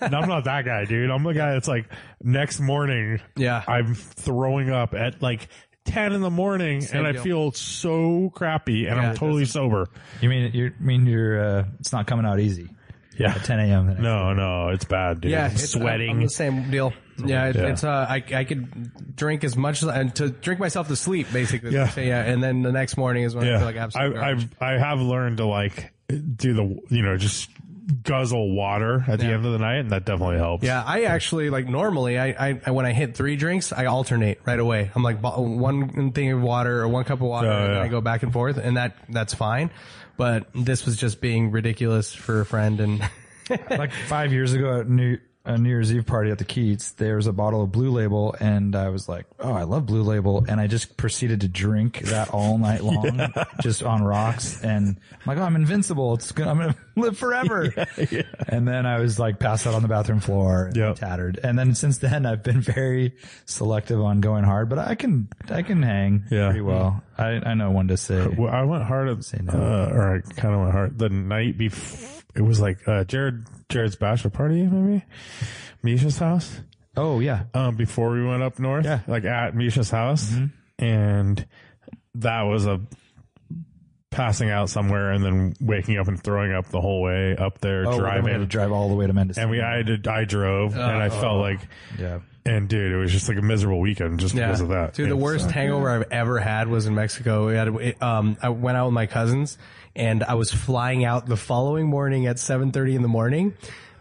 A: and I'm not that guy, dude. I'm the guy that's like next morning.
G: Yeah.
A: I'm throwing up at like 10 in the morning
G: Same
A: and
G: deal.
A: I feel so crappy and
G: Yeah,
A: I'm
G: it
A: totally sober.
F: You mean you mean you're uh, it's not coming out easy
A: Yeah.
F: at 10 a.m. the next
A: No, no, it's bad, dude.
G: Yeah,
A: I'm
G: it's- I'm-
A: sweating.
G: I'm the same deal. Yeah, it,
A: Yeah.
G: it's uh, I I could drink as much as and to drink myself to sleep basically.
A: Yeah.
G: So, yeah, and then the next morning is when I feel like absolutely.
A: I, I've I have learned to like do the you know just guzzle water at the
G: Yeah.
A: end of the night, and that definitely helps.
G: yeah, I actually like normally I, I I- when I hit three drinks I alternate right away. I'm like bo- one thing of water or one cup of water,
A: Yeah,
G: and then
A: Oh, yeah.
G: I go back and forth, and that that's fine. But this was just being ridiculous for a friend, and <laughs>
F: day. Like five years ago at New a New Year's Eve party at the Keats, there was a bottle of Blue Label, and I was like, "Oh, I love Blue Label," and I just proceeded to drink that all
A: <laughs>
F: night long, just on rocks. And I'm like, "Oh, I'm invincible! It's gonna, I'm gonna <laughs> live
A: <laughs>
F: forever." And then I was like, passed out on the bathroom floor, and
A: Yep.
F: tattered. And then since then, I've been very selective on going hard, but I can I can hang
A: Yeah.
F: pretty well. I I know when to say.
A: Well, I went hard at,
F: no.
A: uh, or I kind of went hard the night before. It was like uh, Jared Jared's bachelor party, maybe Misha's house.
F: Oh yeah,
A: Um, before we went up north,
F: Yeah. Mm-hmm.
A: like at Misha's house, and that was a passing out somewhere and then waking up and throwing up the whole way up there,
F: Oh, then we had to
A: driving.
F: drive all the way to Mendocino.
A: and we I did I drove and I felt like
F: yeah.
A: and dude it was just like a miserable weekend just because of that.
G: Dude, the
A: It's- uh,
G: worst hangover I've ever had was in Mexico. We had, it, um, I went out with my cousins and I was flying out the following morning at 7.30 in the morning.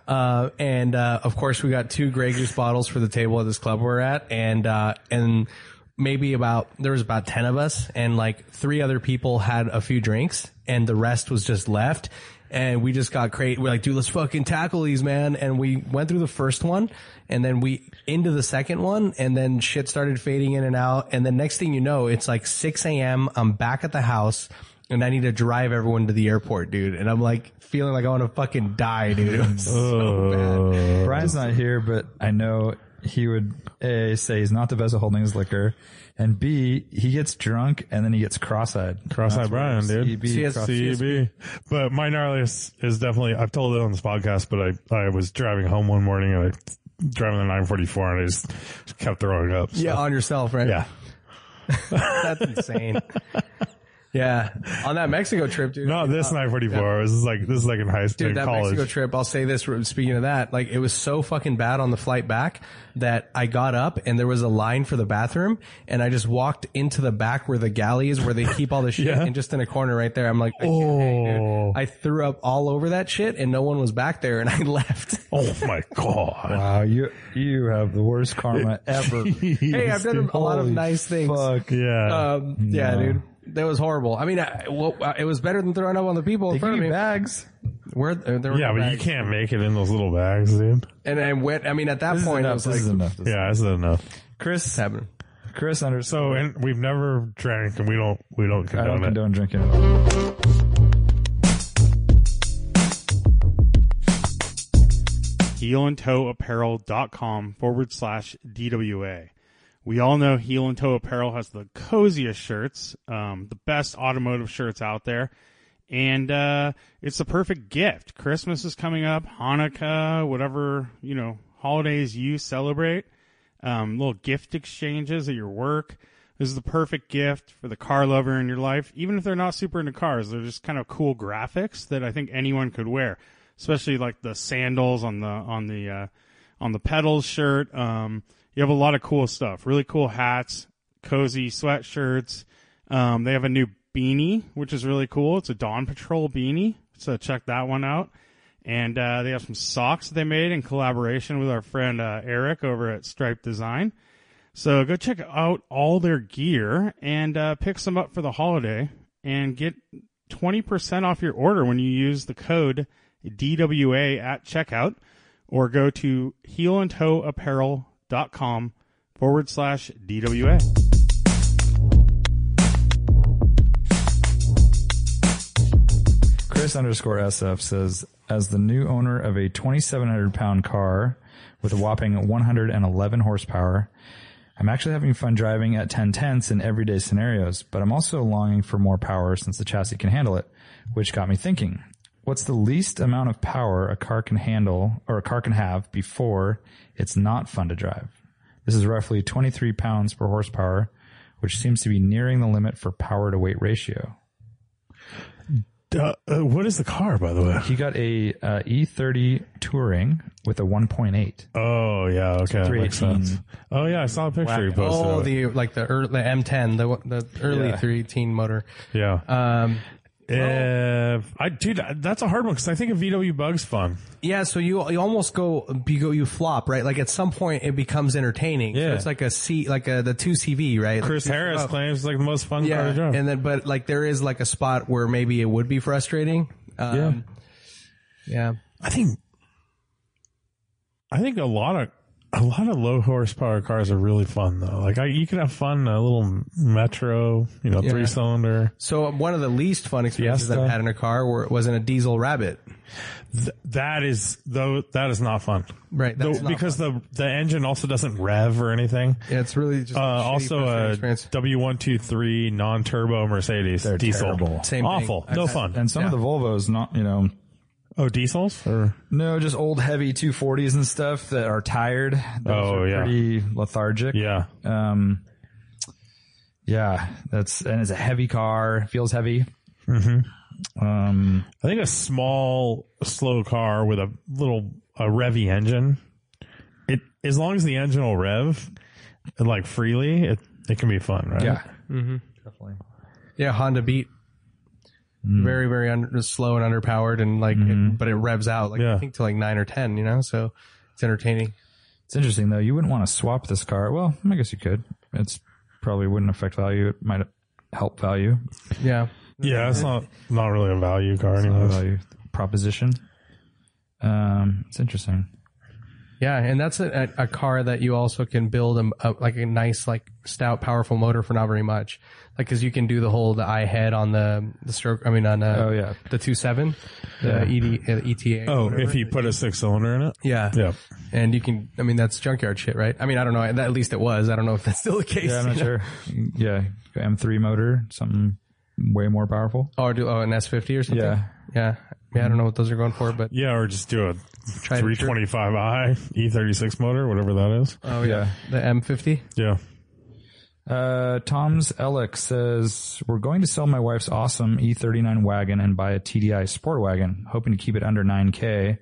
G: Uh, and, uh, of course we got two Grey Goose bottles for the table at this club we're at. And, uh, and maybe about, there was about 10 of us and like three other people had a few drinks and the rest was just left. And we just got crazy. We're like, dude, let's fucking tackle these, man. And we went through the first one and then we into the second one and then shit started fading in and out. And the next thing you know, it's like 6 a.m. I'm back at the house and I need to drive everyone to the airport, dude. And I'm like feeling like I want to fucking die, dude.
A: <laughs>
G: It was so bad.
F: Brian's not here, but I know he would a say he's not the best at holding his liquor, and b he gets drunk and then he gets cross-eyed.
A: Cross-eyed Brian, dude.
F: CB,
G: CS
F: cross-
A: CB. But my gnarliest is definitely, I've told it on this podcast, but I, I was driving home one morning and I driving the 944 and I just, just kept throwing up. so-
G: Yeah, on yourself, right?
A: Yeah.
G: That's insane. <laughs> yeah. On that Mexico trip, dude.
A: No, this 944 was this is like, this is like in high school,
G: Dude, that
A: college.
G: Mexico trip, I'll say this, speaking of that, like it was so fucking bad on the flight back that I got up and there was a line for the bathroom and I just walked into the back where the galley is where they
F: <laughs>
G: keep all the shit and just in a corner right there. I'm like, I, can't hang, dude.
A: Oh.
G: I threw up all over that shit and no one was back there and <laughs> I left.
A: Oh my <laughs> God.
F: Wow, you you have the worst
G: <laughs>
F: karma ever.
G: hey, I've done a lot of
F: Holy
G: nice things.
F: Fuck.
A: Yeah.
G: Um, yeah, dude. That was horrible. I mean, I, well, uh, it was better than throwing up on the people in
F: They
G: front
F: give
G: of
F: you
G: me.
F: bags.
G: Where, there were
A: yeah,
G: no
A: but you
G: bags.
A: can't make it in those little bags, dude.
G: And I went, I mean, at that
F: This is
G: point, I
F: enough.
G: was
F: This
G: like,
F: is enough. This
A: Yeah, that's enough.
G: Chris, happening.
F: Chris under so
A: So, and we've never drank and we don't, we don't
F: I
A: condone
F: don't condone
A: it.
F: drinking. at all.
H: heelandtoeapparel.com forward slash DWA. We all know Heel and Toe Apparel has the coziest shirts, um, the best automotive shirts out there. And uh, it's the perfect gift. Christmas is coming up, Hanukkah, whatever, you know, holidays you celebrate. um, little gift exchanges at your work. This is the perfect gift for the car lover in your life. Even if they're not super into cars, they're just kind of cool graphics that I think anyone could wear, especially like the sandals on the, on the, uh, on the pedals shirt. Um, you have a lot of cool stuff, really cool hats, cozy sweatshirts. Um, they have a new beanie, which is really cool. It's a Dawn Patrol beanie. So check that one out. And uh, they have some socks that they made in collaboration with our friend uh, Eric over at Stripe Design. So go check out all their gear and uh, pick some up for the holiday and get 20% off your order when you use the code DWA at checkout or go to heelandtoeapparel.com forward slash DWA.
F: Chris underscore SF says, as the new owner of a 2,700 pound car with a whopping 111 horsepower, I'm actually having fun driving at 10 tenths in everyday scenarios, but I'm also longing for more power since the chassis can handle it, which got me thinking, what's the least amount of power a car can handle or a car can have before it's not fun to drive? This is roughly 23 pounds per horsepower, which seems to be nearing the limit for power to weight ratio.
A: Uh, uh, what is the car, by the way?
F: He got a uh, E30 Touring with a 1.8.
A: Oh yeah, okay, that makes
F: 318.
A: sense. Oh yeah, I saw a picture you posted.
G: Oh,
A: of it.
G: the like the, ear the M10, the the early
F: Yeah.
G: 318 motor.
A: yeah.
G: Um,
A: If I dude, that's a hard one because I think a VW Bug's fun.
G: Yeah, so you you almost go you go you flop right. Like at some point it becomes entertaining. So
A: Yeah.
G: it's like a C like a the two CV right.
A: Chris
G: Like,
A: Harris
G: oh,
A: claims it's like the most fun car
G: Yeah,
A: to drive.
G: and then but like there is like a spot where maybe it would be frustrating. Um, yeah,
A: I think, I think a lot of a lot of low horsepower cars are really fun though. Like I, you can have fun in a little Metro, you know,
G: Yeah.
A: three cylinder.
G: So uh, one of the least fun experiences
A: Fiesta.
G: I've had in a car were, was in a diesel Rabbit.
A: Th- that is though that is not fun.
G: Right,
A: Though-
G: that's not
A: because the the engine also doesn't rev or anything.
G: Yeah, it's really just a
A: Uh,
G: shitty
A: also
G: frustrating
A: a
G: experience.
A: W one two three non turbo Mercedes diesel.
F: terrible.
G: Same thing.
A: Awful. No
G: I've had-
A: fun.
F: And some of the Volvos, not, you know,
A: oh, diesels or
F: No, just old heavy 240s and stuff that are tired. Those
A: Oh,
F: are
A: yeah.
F: pretty lethargic.
A: yeah.
F: Um, yeah, that's and it's a heavy car. Feels heavy. Um,
A: I think a small, slow car with a little a revvy engine. It as long as the engine will rev, like freely, it it can be fun, right?
F: yeah,
G: Yeah, Honda Beat.
F: Hmm.
G: Very, very under, slow and underpowered, and like,
F: Mm-hmm.
G: it, but it revs out like
A: Yeah.
G: I think to like nine or ten, you know. So it's entertaining.
F: it's interesting though. You wouldn't want to swap this car. Well, I guess you could. It's probably wouldn't affect value. It might help value.
G: Yeah,
A: yeah. It's not not really a value car
F: uh,
A: anymore.
F: value proposition. Um, it's interesting.
G: yeah, and that's a, a, a car that you also can build a, a- like a nice, like stout, powerful motor for not very much, like because you can do the whole the i head on the the stroke. I mean on uh,
F: Oh, yeah.
G: the two seven, the ED, uh, ETA.
A: Oh, if you put a six cylinder in it,
G: yeah,
A: yeah.
G: And you can, I mean, that's junkyard shit, right? I mean, I don't know. At least it was. I don't know if that's still the case.
F: Yeah, I'm
G: <laughs> you
F: not
G: know?
F: sure. Yeah, M3 motor, something way more powerful.
G: Or do oh an S50 or something.
F: Yeah.
G: yeah, yeah. I don't know what those are going for, but
A: Yeah, or just do a
G: Try to-
A: three twenty five i e thirty six motor, whatever that is.
G: oh yeah, the M50.
A: Yeah,
F: Uh, Tom's Ellick says, We're going to sell my wife's awesome E39 wagon and buy a TDI sport wagon, hoping to keep it under 9K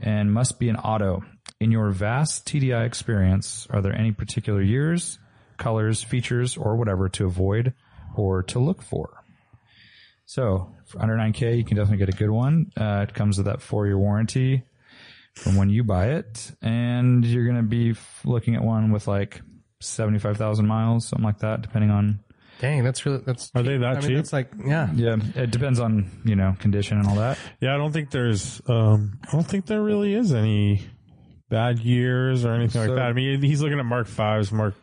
F: and must be an auto. In your vast TDI experience, are there any particular years, colors, features, or whatever to avoid or to look for? So for under 9K, you can definitely get a good one. Uh, it comes with that four year warranty from when you buy it, and you're going to be f- looking at one with like 75,000 miles, something like that, depending on,
G: Dang, that's really that's.
A: are they that
G: I mean,
A: cheap?
G: that's like yeah.
F: yeah, it depends on, you know, condition and all that.
A: Yeah, I don't think there's. Um, I don't think there really is any bad years or anything
F: So-
A: like that. I mean, he's looking at Mark fives, Mark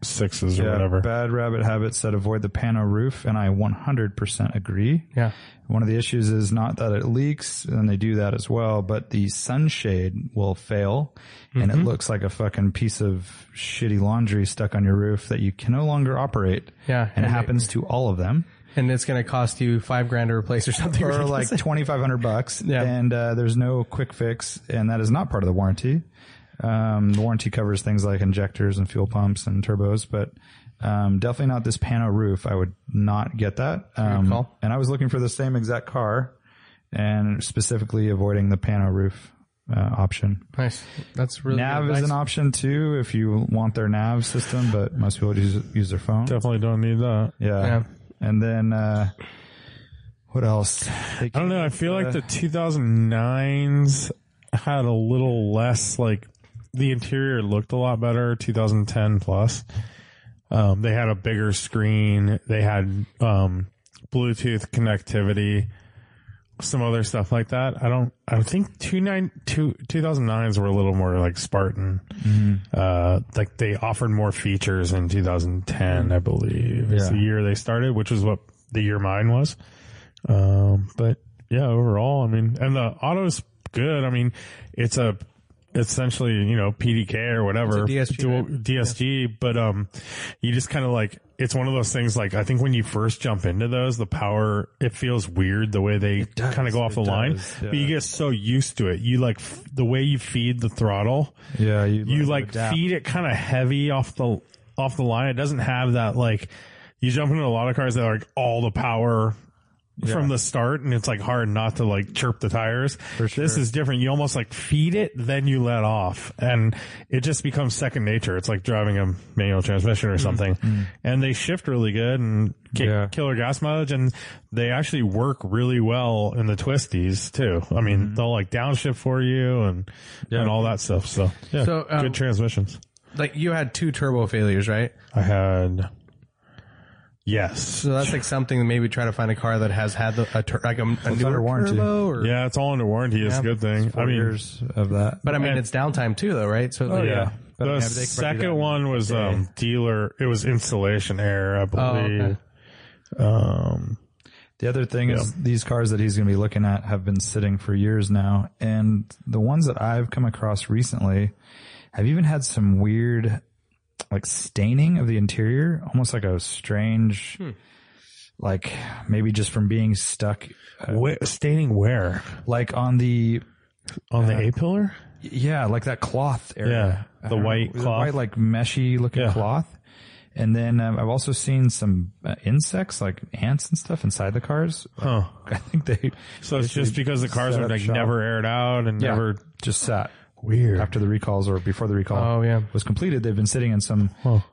A: sixes, or whatever.
F: Bad Rabbit Habit said avoid the pano roof, and I 100% agree.
G: Yeah.
F: One of the issues is not that it leaks, and they do that as well, but the sunshade will fail, and
G: Mm-hmm.
F: it looks like a fucking piece of shitty laundry stuck on your roof that you can no longer operate.
G: Yeah,
F: And,
G: and
F: it
G: it-
F: happens to all of them.
G: and it's gonna cost you five grand to replace or <laughs> something.
F: or like twenty five hundred bucks,
G: Yeah.
F: and uh, there's no quick fix, and that is not part of the warranty. Um, the warranty covers things like injectors and fuel pumps and turbos, but um, definitely not this pano roof. I would not get that. Um,
G: call.
F: And I was looking for the same exact car, and specifically avoiding the pano roof uh, option.
G: Nice. That's really
F: nav
G: good
F: is an
G: advice.
F: option too if you want their nav system, but most people use use their phone.
A: Definitely don't need that.
F: Yeah.
G: Yeah.
F: And then uh, what else? They
A: I don't know. I feel like the 2009s had a little less like the interior looked a lot better. 2010 plus, um, they had a bigger screen. They had um, Bluetooth connectivity, some other stuff like that. I don't. I think two nine two 2009s were a little more like Spartan. Uh, like they offered more features in 2010, I believe. It's
F: Yeah.
A: the year they started, which is what the year mine was. Um, but yeah, overall, I mean, and the auto's good. I mean, it's a essentially, you know, PDK or whatever,
G: It's a DSG,
A: dual-
G: right?
A: DSG, but, um, you just kind of like, it's one of those things like, I think when you first jump into those, the power, it feels weird the way they
F: does,
A: kind of go off
F: it
A: the line,
F: does,
A: but you
F: yeah.
A: get so used to it. You like f- the way you feed the throttle
F: yeah, you,
A: you
F: learn to
A: like
F: adapt.
A: feed it kind of heavy off the off the line. It doesn't have that like you jump into a lot of cars that are like all the power from the start, and it's like hard not to like chirp the tires. This is different. You almost like feed it, then you let off, and it just becomes second nature. It's like driving a manual transmission or something, and they shift really good and get
F: Yeah.
A: killer gas mileage, and they actually work really well in the twisties too. I mean, they'll like downshift for you and and all that stuff. So yeah,
G: So, um,
A: good transmissions.
G: Like you had two turbo failures, right?
A: I had yes,
G: So that's like something that maybe try to find a car that has had the, a tur- like a, a newer
F: under warranty.
G: turbo. Or,
A: yeah, it's all under warranty. It's a good thing. I
F: four
A: mean,
F: years of that.
G: But I mean, it's downtime too, though, right? So
A: yeah.
F: Oh,
G: like,
F: But,
A: the
F: I mean, they corrected that
A: second
F: in
A: one was um, dealer. It was installation
F: Oh,
A: error, I believe.
G: okay.
A: Um,
F: The other thing is these cars that he's going to be looking at have been sitting for years now, and the ones that I've come across recently have even had some weird, like staining of the interior, almost like a strange,
A: Hmm.
F: like maybe just from being stuck,
A: wh- staining where
F: like on the
A: on
F: uh,
A: the A pillar?
F: yeah, like that cloth area,
A: Yeah, the
F: I don't
A: white
F: know, the
A: cloth.
F: white like meshy looking
A: Yeah.
F: cloth. And then um, I've also seen some uh, insects, like ants and stuff, inside the cars.
A: Huh.
F: I think they
A: So it's just because the cars
F: set
A: are
F: up
A: like
F: shop.
A: never aired out and
F: Yeah.
A: never
F: just sat
A: weird.
F: after the recalls or before the recall
G: Oh, yeah.
F: was completed. They've been sitting in some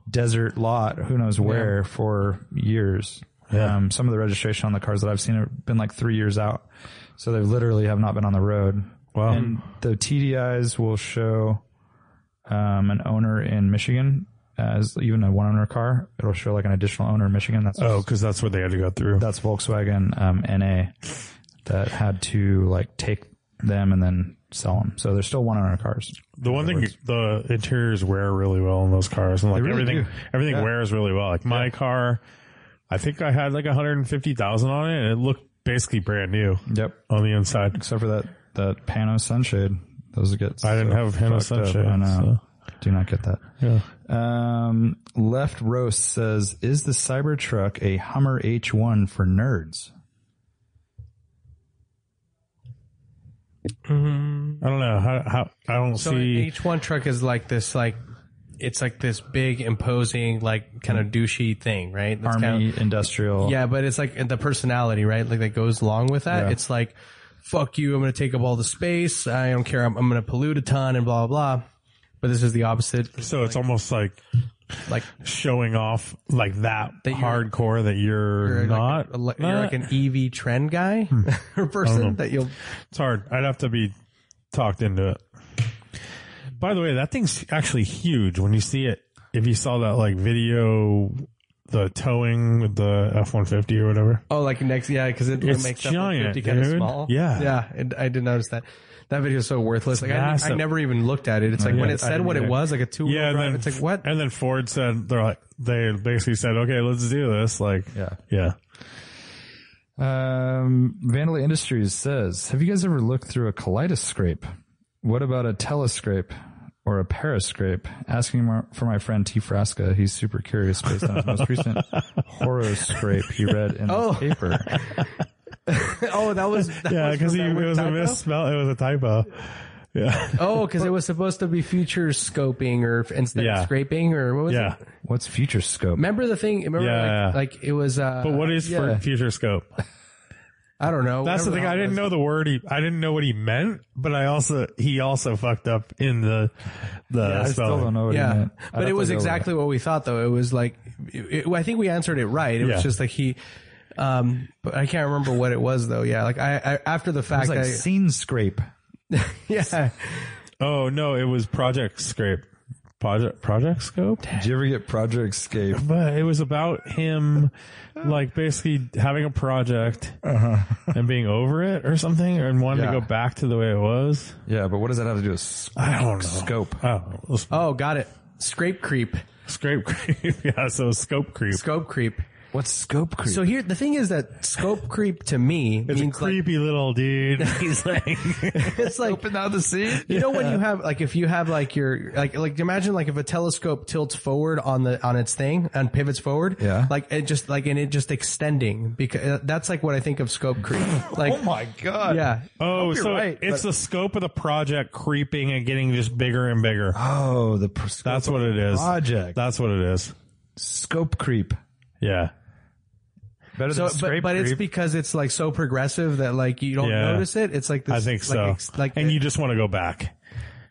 F: desert lot, who knows where, for years.
A: Yeah.
F: Um, some of the registration on the cars that I've seen have been like three years out. So they literally have not been on the road.
A: Wow.
F: And the TDIs will show um, an owner in Michigan as even a one owner car. It'll show like an additional owner in Michigan. That's
A: oh, because that's what they had to go through.
F: that's Volkswagen um, NA that had to like take them and then sell them. So they're still one owner cars.
A: The one thing the interiors wear really well in those cars, and like
F: really
A: everything,
F: do.
A: everything wears really well. Like my car, I think I had like 150,000 on it, and it looked basically brand new
F: Yep.
A: on the inside.
F: Except for that that Pano sunshade. Those get.
A: I didn't have Pano
F: fucked up.
A: sunshade,
F: I know. Do not get that.
A: Yeah.
F: Um, Left Roast says, "Is the Cybertruck a Hummer H1 for nerds?"
A: I don't know how, how I don't
G: So
A: see.
G: each one truck is like this, like it's like this big, imposing, like kind of douchey thing, right? That's kind
F: Army
G: of-
F: industrial.
G: yeah, but it's like the personality, right? Like that goes along with that. It's like, fuck you, I'm going to take up all the space. I don't care. I'm, I'm going to pollute a ton and blah blah. blah. But this is the opposite.
A: so it's almost like
G: Like
A: showing off like that,
G: That you're-
A: hardcore that you're,
G: you're
A: not. Hmm.
G: like, a- you're like an EV trend guy <laughs> or person that you'll
A: It's hard. I'd have to be talked into it. By the way, that thing's actually huge when you see it. If you saw that like video, the towing with the F one fifty or whatever.
G: Oh, like next, yeah, because it
A: It's
G: makes
A: giant,
G: that 50 kind of
A: dude.
G: small.
A: Yeah.
G: yeah, it, I did notice that. That video is so worthless. Like I, I
A: massive.
G: never even looked at it. It's like when it said what it was, like a two wheel
A: Yeah, and
G: drive.
A: then
G: it's like what? <laughs>
A: And then Ford said they're like they basically said, okay, let's do this. Like
F: Yeah.
A: yeah.
F: Um, Vandalay Industries says, "Have you guys ever looked through a kaleidoscope? What about a telescope or a periscope?" Asking my- for my friend T. Frasca. He's super curious based on his most
A: <laughs>
F: recent horoscope he read in
G: Oh.
F: the paper.
G: oh, that was that
A: Yeah,
G: was
A: because <laughs>
G: from
A: it
G: that weird
A: was a
G: typo?
A: misspell. It was a typo. Yeah. <laughs>
G: Oh, because it was supposed to be future scoping or f- instead
A: Yeah.
G: of scraping or what was
A: Yeah.
G: it?
F: What's future scope?
G: Remember the thing? Remember
A: Yeah.
G: like, like it was. Uh,
A: But what is
G: yeah,
A: for future scope?
G: I don't know.
A: That's the
G: Whatever
A: thing. I
G: hell it
A: didn't
G: was.
A: know the word. He, I didn't know what he meant, but I also he also fucked up in the the
F: I still
A: spelling.
F: don't know what
G: Yeah,
F: he meant. I'd
G: but
F: have
G: it
F: to
G: was
F: go
G: exactly what we thought, though. It was like, it, it- I think we answered it right. It
A: Yeah.
G: was just like he, um, but I can't remember what it was though. Yeah, like I, I after the
F: It was
G: fact,
F: like scene scrape.
G: I, <laughs> yeah,
A: Oh no, it was Project Scrape. Project Project Scope.
F: Did you ever get Project
G: <laughs>
F: Escape?
A: But it was about him, like basically having a project and being over it or something, and wanting
F: Yeah.
A: to go back to the way it was.
F: Yeah, but what does that have to do with s-
A: I don't know.
F: scope?
A: Oh, it was
G: oh, got it. Scrape creep,
A: Scrape Creep. <laughs> yeah, so Scope Creep.
G: scope creep.
F: What's scope creep?
G: So here, the thing is that scope creep to me
A: It's a
G: means like
A: creepy little dude.
G: <laughs>
A: He's like,
G: it's like open out the sea. You know when you have like if you have like your like like imagine like if a telescope tilts forward on the on its thing and pivots forward.
F: Yeah.
G: Like it just like and it just extending because uh, that's like what I think of scope creep. Like
F: oh my god.
G: yeah.
A: oh,
F: you're
A: so
F: right,
A: it's the scope of the project creeping and getting just bigger and bigger.
G: Ah.
F: Oh, the pr- scope
A: That's what it is.
F: Project
A: That's what it is.
F: scope creep.
A: Yeah.
F: Better
G: So,
F: than
G: but,
F: scrape
G: but it's
F: creep.
G: because it's like so progressive that like you don't
A: Yeah.
G: notice it. It's like this.
A: I think
G: like,
A: so.
G: ex- like
A: and you just want to go back.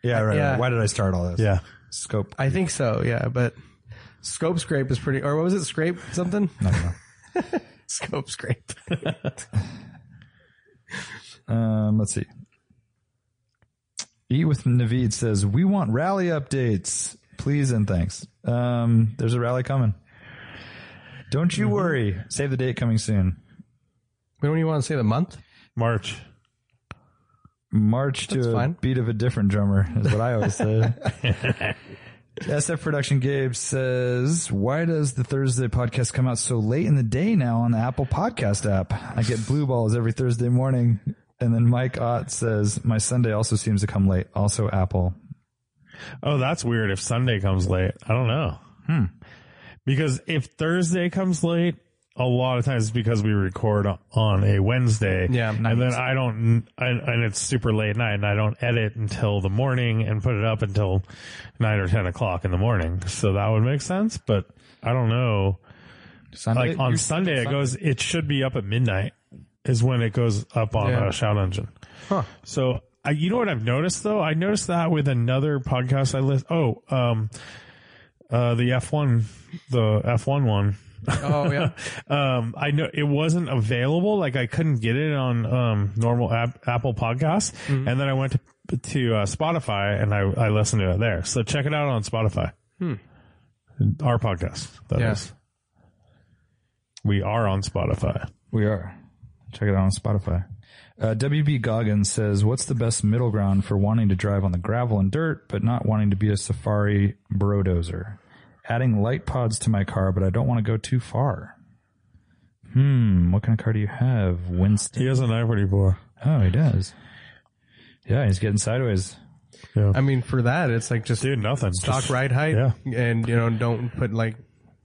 F: yeah, right,
G: yeah.
F: right. Why did I start all this?
A: Yeah.
F: scope.
G: I think so. Yeah, but scope scrape is pretty. Or what was it? Scrape something. <laughs>
F: I don't know.
G: scope scrape.
F: <laughs> Um, let's see. Eat with Naveed says, We want rally updates. Please and thanks. Um, there's a rally coming. Don't
G: Mm-hmm.
F: you worry. Save the date coming soon.
G: When do you want to say the month?
A: March.
F: March to
G: That's
F: a
G: fine.
F: beat of a different drummer is what I always say. SF Production Gabe says, Why does the Thursday podcast come out so late in the day now on the Apple Podcast app? I get blue balls every Thursday morning. And then Mike Ott says, My Sunday also seems to come late. Also Apple.
A: Oh, that's weird if Sunday comes late. I don't know. Hmm. Because if Thursday comes late, a lot of times it's because we record on a Wednesday.
G: Yeah,
A: And then I don't, I, and it's super late night and I don't edit until the morning and put it up until nine or 10 o'clock in the morning. So that would make sense, but I don't know.
F: Sunday?
A: Like on Sunday, it goes, it should be up at midnight is when it goes up on
G: Yeah.
A: uh, Shout Engine. So I, you know what I've noticed though? I noticed that with another podcast I list. Oh, um, uh, the F1, the F1 one.
G: Oh yeah.
A: Um, I know it wasn't available. Like I couldn't get it on, um, normal app, Apple podcasts. And then I went to, to uh, Spotify and I, I listened to it there. So check it out on Spotify. Our podcast. that is.
G: Yeah.
A: We are on Spotify.
F: We are. Check it out on Spotify. Uh, WB Goggins says, What's the best middle ground for wanting to drive on the gravel and dirt, but not wanting to be a safari brodozer? Adding light pods to my car, but I don't want to go too far. Hmm, what kind of car do you have, Winston?
A: He has an ivory four.
F: Oh, he does. Yeah, he's getting sideways.
G: I mean, for that, it's like just
A: Dude, nothing.
G: stock
A: Just-
G: ride height,
A: Yeah.
G: and you know, don't put like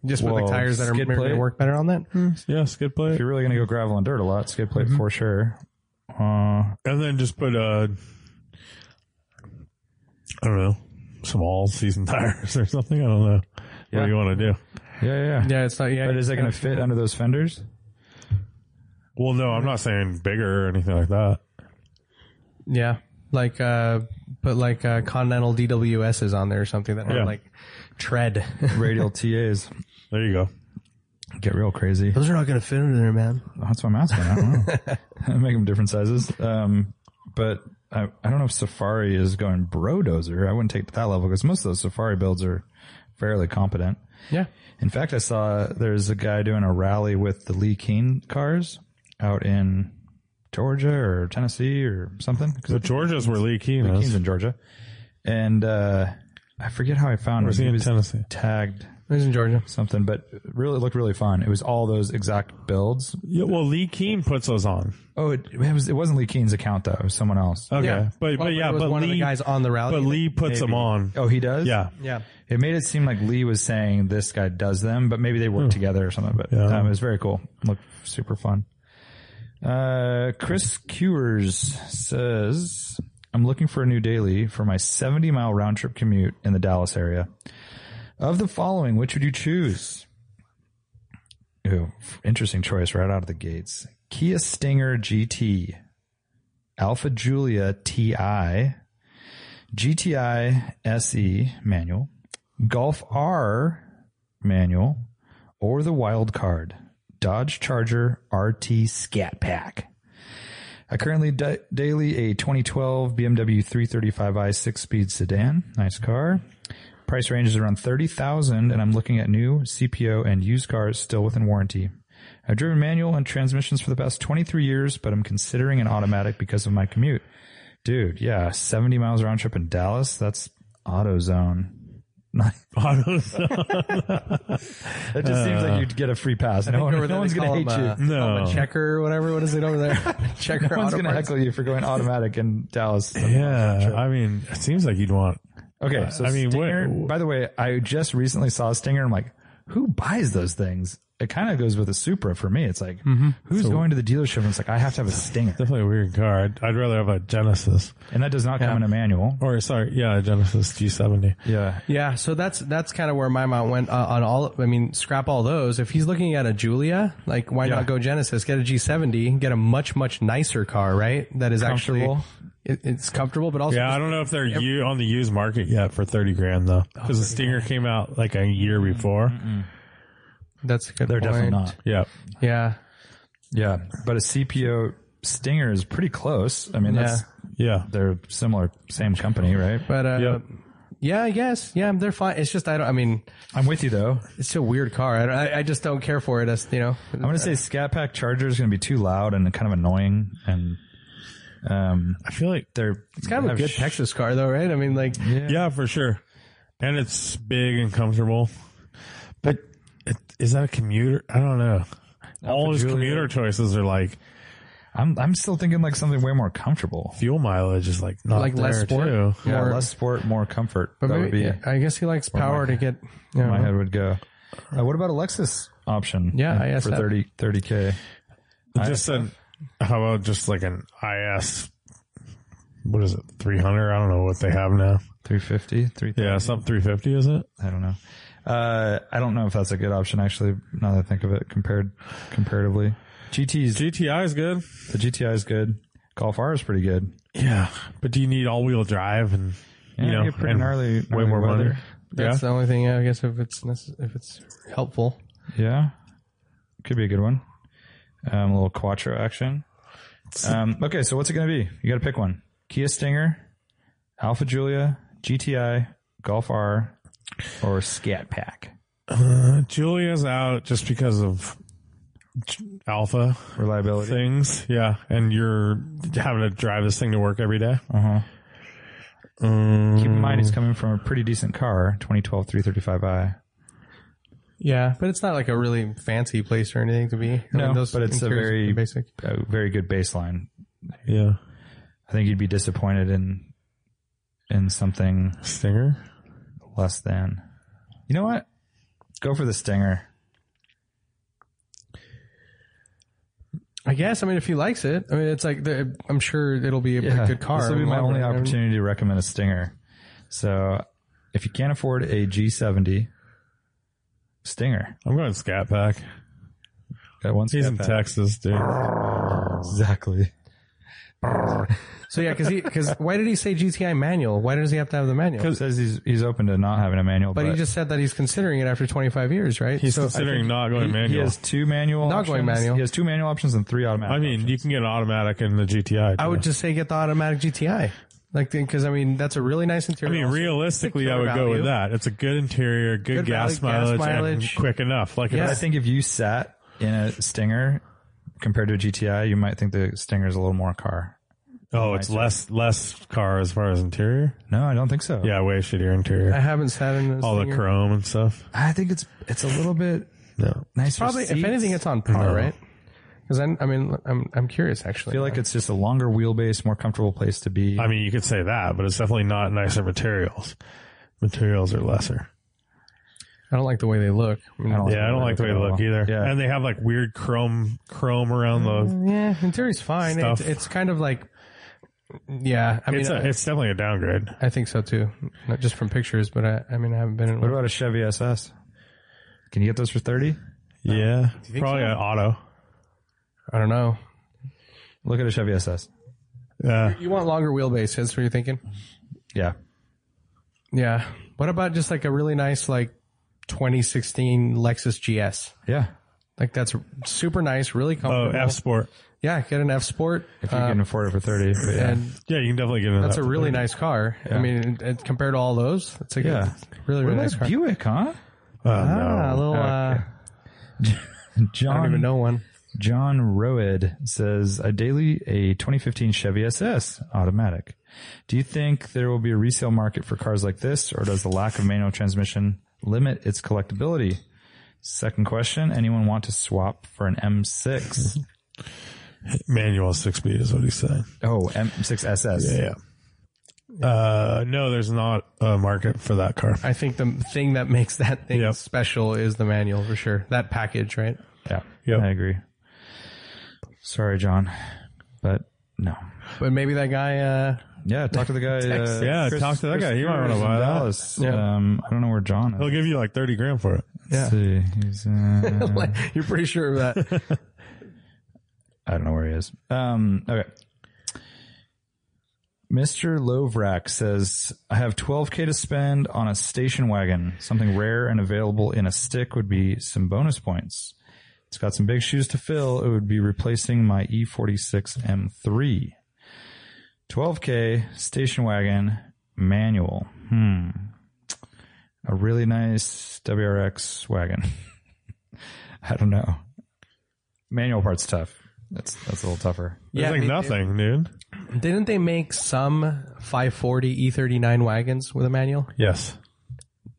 G: just put
F: Whoa,
G: like tires that are
F: skid
G: maybe
F: plate?
G: gonna work better on that.
A: Yeah, skid
F: If
A: plate.
F: you're really going to go gravel and dirt a lot, skid plate for sure. Uh,
A: And then just put, uh, I don't know, some all season <laughs> tires or something. I don't know. What
F: Yeah.
A: do you want to do?
F: yeah, yeah, yeah.
G: Yeah, it's not. Yeah,
F: But is that going to fit under those fenders?
A: Well, no, I'm not saying bigger or anything like that.
G: yeah, like uh, put like uh, Continental DWSs on there or something that
A: Yeah.
G: have like tread.
F: Radial TAs.
A: There you go.
F: Get real crazy.
G: <laughs> Those are not going to fit in there, man.
F: That's what I'm asking. I don't
A: <laughs>
F: know. <laughs> Make them different sizes. Um, but I, I don't know if Safari is going brodozer. I wouldn't take it to that level because most of those Safari builds are fairly competent.
G: Yeah,
F: In fact, I saw there's a guy doing a rally with the Lee Keen cars out in Georgia or Tennessee or something. 'Cause
A: The Georgia's were Lee Keen.
F: Lee
A: is.
F: Keen's in Georgia. And, uh, I forget how I found
A: Where's
F: him.
A: he in Tennessee?
F: tagged
G: he's in Georgia.
F: something, but really it looked really fun. It was all those exact builds
A: Yeah, well, Lee Keen puts those on.
F: Oh, it, it was. It wasn't Lee Keen's account though. It was someone else.
A: Okay,
G: Yeah.
A: but
G: Well,
A: but yeah,
G: it was
A: but
G: one
A: Lee
G: of the guys on the rally.
A: but Lee puts them on.
F: Oh, he does. <laughs>
A: Yeah, <laughs>
G: Yeah,
F: It made it seem like Lee was saying this guy does them, but maybe they work together or something. But um, it was very cool. Looked super fun. Uh, Chris Cures says, I'm looking for a new daily for my 70 mile round trip commute in the Dallas area. Of the following, which would you choose? Ooh, interesting choice right out of the gates. Kia Stinger GT, Alpha Julia TI, GTI SE E manual, Golf R manual, or the wild card, Dodge Charger RT Scat Pack. I currently da- daily a 2012 BMW 335i six speed sedan. Nice car. Price range is around 30,000 and I'm looking at new CPO and used cars still within warranty. I've driven manual and transmissions for the past 23 years, but I'm considering an automatic because of my commute. Dude, yeah, 70 miles round trip in Dallas. That's AutoZone. it just seems like you'd get a free pass. <laughs> No, one-
G: Over there
F: no
G: they
F: one's
G: call
F: going to hate
G: them,
F: you.
G: uh,
A: No.
G: call them a checker or whatever. What is it over there? <laughs> checker.
F: <laughs> No one's
G: auto
F: going to
G: parts.
F: heckle you for going automatic in Dallas.
A: Yeah, I mean, it seems like you'd want.
F: Okay, so
A: I mean, what-
F: Stinger. by the way, I just recently saw a Stinger. I'm like, who buys those things? It kind of goes with a Supra for me. It's like, who's going to the dealership? And it's like, I have to have a Stinger,
A: Definitely a weird car. I'd, I'd rather have a Genesis,
F: and that does not come in a manual.
A: or sorry, yeah, a Genesis G70.
F: Yeah,
G: Yeah, so that's that's kind of where my mind went uh, on all. I mean, scrap all those. If he's looking at a Julia, like why not go Genesis? Get a G70, get a much much nicer car, right? That is actually
F: Comfortable.
G: it, it's comfortable, but also
A: Yeah, I don't know if they're u- on the used market yet for thirty grand though, because the Stinger came out like a year before.
G: that's a good
F: they're
G: point.
F: definitely not.
A: Yeah,
G: Yeah,
F: Yeah, but a CPO Stinger is pretty close. I mean, that's
A: yeah.
F: they're similar, same company, right?
G: but uh,
A: Yep.
G: yeah, I guess yeah, they're fine. It's just I don't. I mean,
F: I'm with you though.
G: it's a weird car. I, don't- I, I just don't care for it. As you know,
F: I'm going to say Scat Pack Charger is going to be too loud and kind of annoying, and um,
A: I feel like
F: they're
G: it's kind of a good Texas car though, right? I mean, like
A: yeah, for sure, and it's big and comfortable. But it, is that a commuter? I don't know. All his
F: Julia.
A: commuter choices are like
F: I'm I'm still thinking like something way more comfortable.
A: fuel mileage is like not
G: like
A: there
G: less sport,
A: too.
F: Yeah,
G: more-
F: less sport, more comfort.
G: But
F: that
G: maybe,
F: would be
G: yeah, I guess he likes power to get. you
F: where my
G: know.
F: head would go. Uh, what about a Lexus option?
G: Yeah, I asked
F: for
G: that.
F: 30 k.
A: Just an how about just like an IS? What is it? Three hundred? I don't know what they have now.
F: 350, 3
A: Yeah, something three fifty is it?
F: I don't know. Uh, I don't know if that's a good option actually. Now that I think of it, compared comparatively, GT's
A: GTI is good.
F: the GTI is good. Golf R is pretty good.
A: Yeah, but do you need all wheel drive and
F: Yeah,
A: you know
F: get pretty
A: and
F: gnarly-
A: way
F: gnarly
A: more money?
F: weather.
A: Yeah,
G: That's the only thing I guess if it's necess- if it's helpful.
F: Yeah, could be a good one. Um, a little Quattro action. Um, okay, so what's it going to be? You got to pick one: Kia Stinger, Alpha Julia, GTI, Golf R, or Scat Pack.
A: Julia's out just because of alpha
F: Reliability.
A: things. Yeah, and you're having to drive this thing to work every day.
F: Uh-huh.
G: Mm,
A: Um,
F: Keep in mind, he's coming from a pretty decent car, 2012 335i.
G: Yeah, but it's not like a really fancy place or anything to be. I
F: No, but it's a
G: interiors are
F: very-
G: pretty basic.
F: A very good baseline.
A: yeah,
F: I think you'd be disappointed in in something
A: Stinger.
F: less than. You know what? Go for the Stinger.
G: I guess. I mean, if he likes it, I mean, it's like the, I'm sure it'll be a pretty good car.
F: This will be
G: in the
F: my
G: long
F: only
G: run. I mean,
F: opportunity to recommend a Stinger. So if you can't afford a G70, Stinger.
A: I'm going Scat Pack.
F: Got one
A: He's
F: scat
A: in
F: pack.
A: Texas, dude.
F: Exactly.
G: So yeah, because he because why did he say GTI manual? Why does he have to have the manual?
F: It says he's he's open to not having a manual, but,
G: But he just said that he's considering it after 25 years, right?
A: He's
G: so
A: considering not going
F: he,
A: manual.
F: he has two manual.
G: Not going
F: options.
G: manual.
F: He has two manual options and three automatic.
A: I mean, you can get an automatic in the GTI.
G: I would
A: too.
G: just say get the automatic GTI, like because I mean that's a really nice
A: I
G: interior.
A: mean,
G: also.
A: realistically, I
G: Secure
A: would go with
G: value.
A: that. It's a good interior, good,
G: Good
A: gas, mileage,
G: value, gas mileage.
A: and quick enough. Like,
G: Yeah.
F: I think if you sat in a Stinger compared to a GTI, you might think the Stinger is a little more car.
A: oh, it's less less car as far as interior.
F: No, I don't think so.
A: Yeah, way shittier
G: I
A: interior.
G: haven't sat in this
A: All the
G: thing yet.
A: chrome and stuff.
F: I think it's it's a little bit
A: No,
F: nicer.
G: Probably, if
F: seats.
G: anything, it's on par, right? Because I mean, I'm I'm curious
F: I
G: actually.
F: feel like it's just a longer wheelbase, more comfortable place to be.
A: I mean, you could say that, but it's definitely not nicer materials. Materials are lesser.
G: I don't like the way they look.
F: I don't
A: Yeah, I don't like the way they
F: at
A: look
F: all.
A: either.
F: Yeah.
A: And they have like weird chrome chrome around the
G: Mm-hmm. Yeah, interior's fine.
A: Stuff.
G: It's, it's kind of like Yeah, I mean,
A: it's a, it's definitely a downgrade.
G: I think so too. Not just from pictures, but I, I mean, I haven't been in.
F: What about a Chevy SS? Can you get those for thirty?
A: Yeah,
G: think
A: probably
G: so?
A: an auto.
G: I don't know.
F: Look at a Chevy SS.
A: Yeah,
G: You want longer wheelbase? That's what you're thinking.
F: Yeah,
G: Yeah. What about just like a really nice like 2016 Lexus GS?
F: yeah.
G: Like that's super nice, really
A: oh
G: comfortable.
A: F Sport.
G: yeah, get an F Sport.
F: If you
G: uh,
F: can afford it for thirty, but yeah.
G: and
A: Yeah, you can definitely get it.
G: that's a really nice car. I mean, it, it- compared to all those, it's like
F: Yeah.
G: a really
F: what
G: really
F: about
G: nice
F: a
G: car.
F: Buick, huh?
G: Ah, a little. Uh,
F: John
G: I don't even know one.
F: John Roed says a daily a 2015 Chevy SS automatic. Do you think there will be a resale market for cars like this, or does the lack of manual transmission limit its collectability? Second question: Anyone want to swap for an <laughs> M6?
A: manual six speed is what he's saying.
F: oh, M6 SS.
A: Yeah. Uh, no, there's not a market for that car.
G: I think the thing that makes that thing
A: Yep.
G: special is the manual for sure. That package, right?
F: Yeah,
A: Yep.
F: I agree. Sorry, John, but no.
G: But maybe that guy. Uh,
F: Yeah, talk to the guy. Uh,
A: Yeah, talk to that guy. He might wanna
F: Stewart's in
A: buy that.
F: Dallas. Um, I don't know where John is.
A: He'll give you like thirty grand for it.
F: Let's see. He's,
A: <laughs>
F: uh,
G: like, <laughs> you're pretty sure
F: <laughs>
G: of that.
F: I don't know where he is. Um, okay. Mr. Lovrak says, I have 12K to spend on a station wagon. Something rare and available in a stick would be some bonus points. It's got some big shoes to fill. It would be replacing my E E46 M3. 12K station wagon manual. Hmm. A really nice WRX wagon. <laughs> I don't know. Manual part's tough. That's that's a little tougher.
A: There's
G: yeah,
A: like
G: they-
A: nothing, dude.
G: Didn't they make some 540 E39 wagons with a manual?
A: Yes.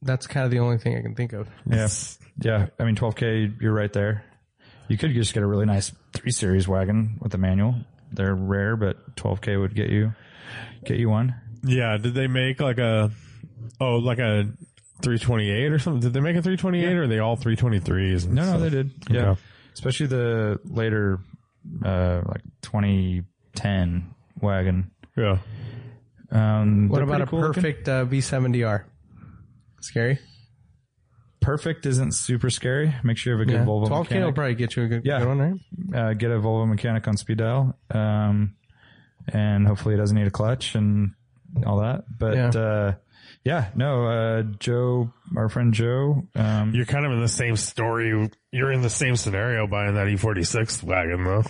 G: That's kind of the only thing I can think of.
F: Yeah, yeah. I mean, 12k. You're right there. You could just get a really nice three series wagon with a manual. They're rare, but 12k would get you get you one.
A: Yeah. Did they make like a oh like a 328 or something? Did they make a 328 or are they all 323s?
F: No, no, they did. Yeah,
A: Okay.
F: especially the later, uh, like 2010 wagon.
A: Yeah.
F: Um,
G: What
F: they're
G: about
F: pretty
G: a
F: cool looking.
G: perfect uh, V70R? Scary.
F: Perfect isn't super scary. Make sure you have a good
G: Yeah.
F: Volvo.
G: 12K will
F: mechanic.
G: probably get you a good,
F: Yeah.
G: good one, right?
F: uh, get a Volvo mechanic on speed dial, um, and hopefully it doesn't need a clutch and all that. But yeah,
G: Yeah.
F: uh, yeah no, uh, Joe, our friend Joe, um,
A: You're kind of in the same story. You're in the same scenario buying that E46 wagon though.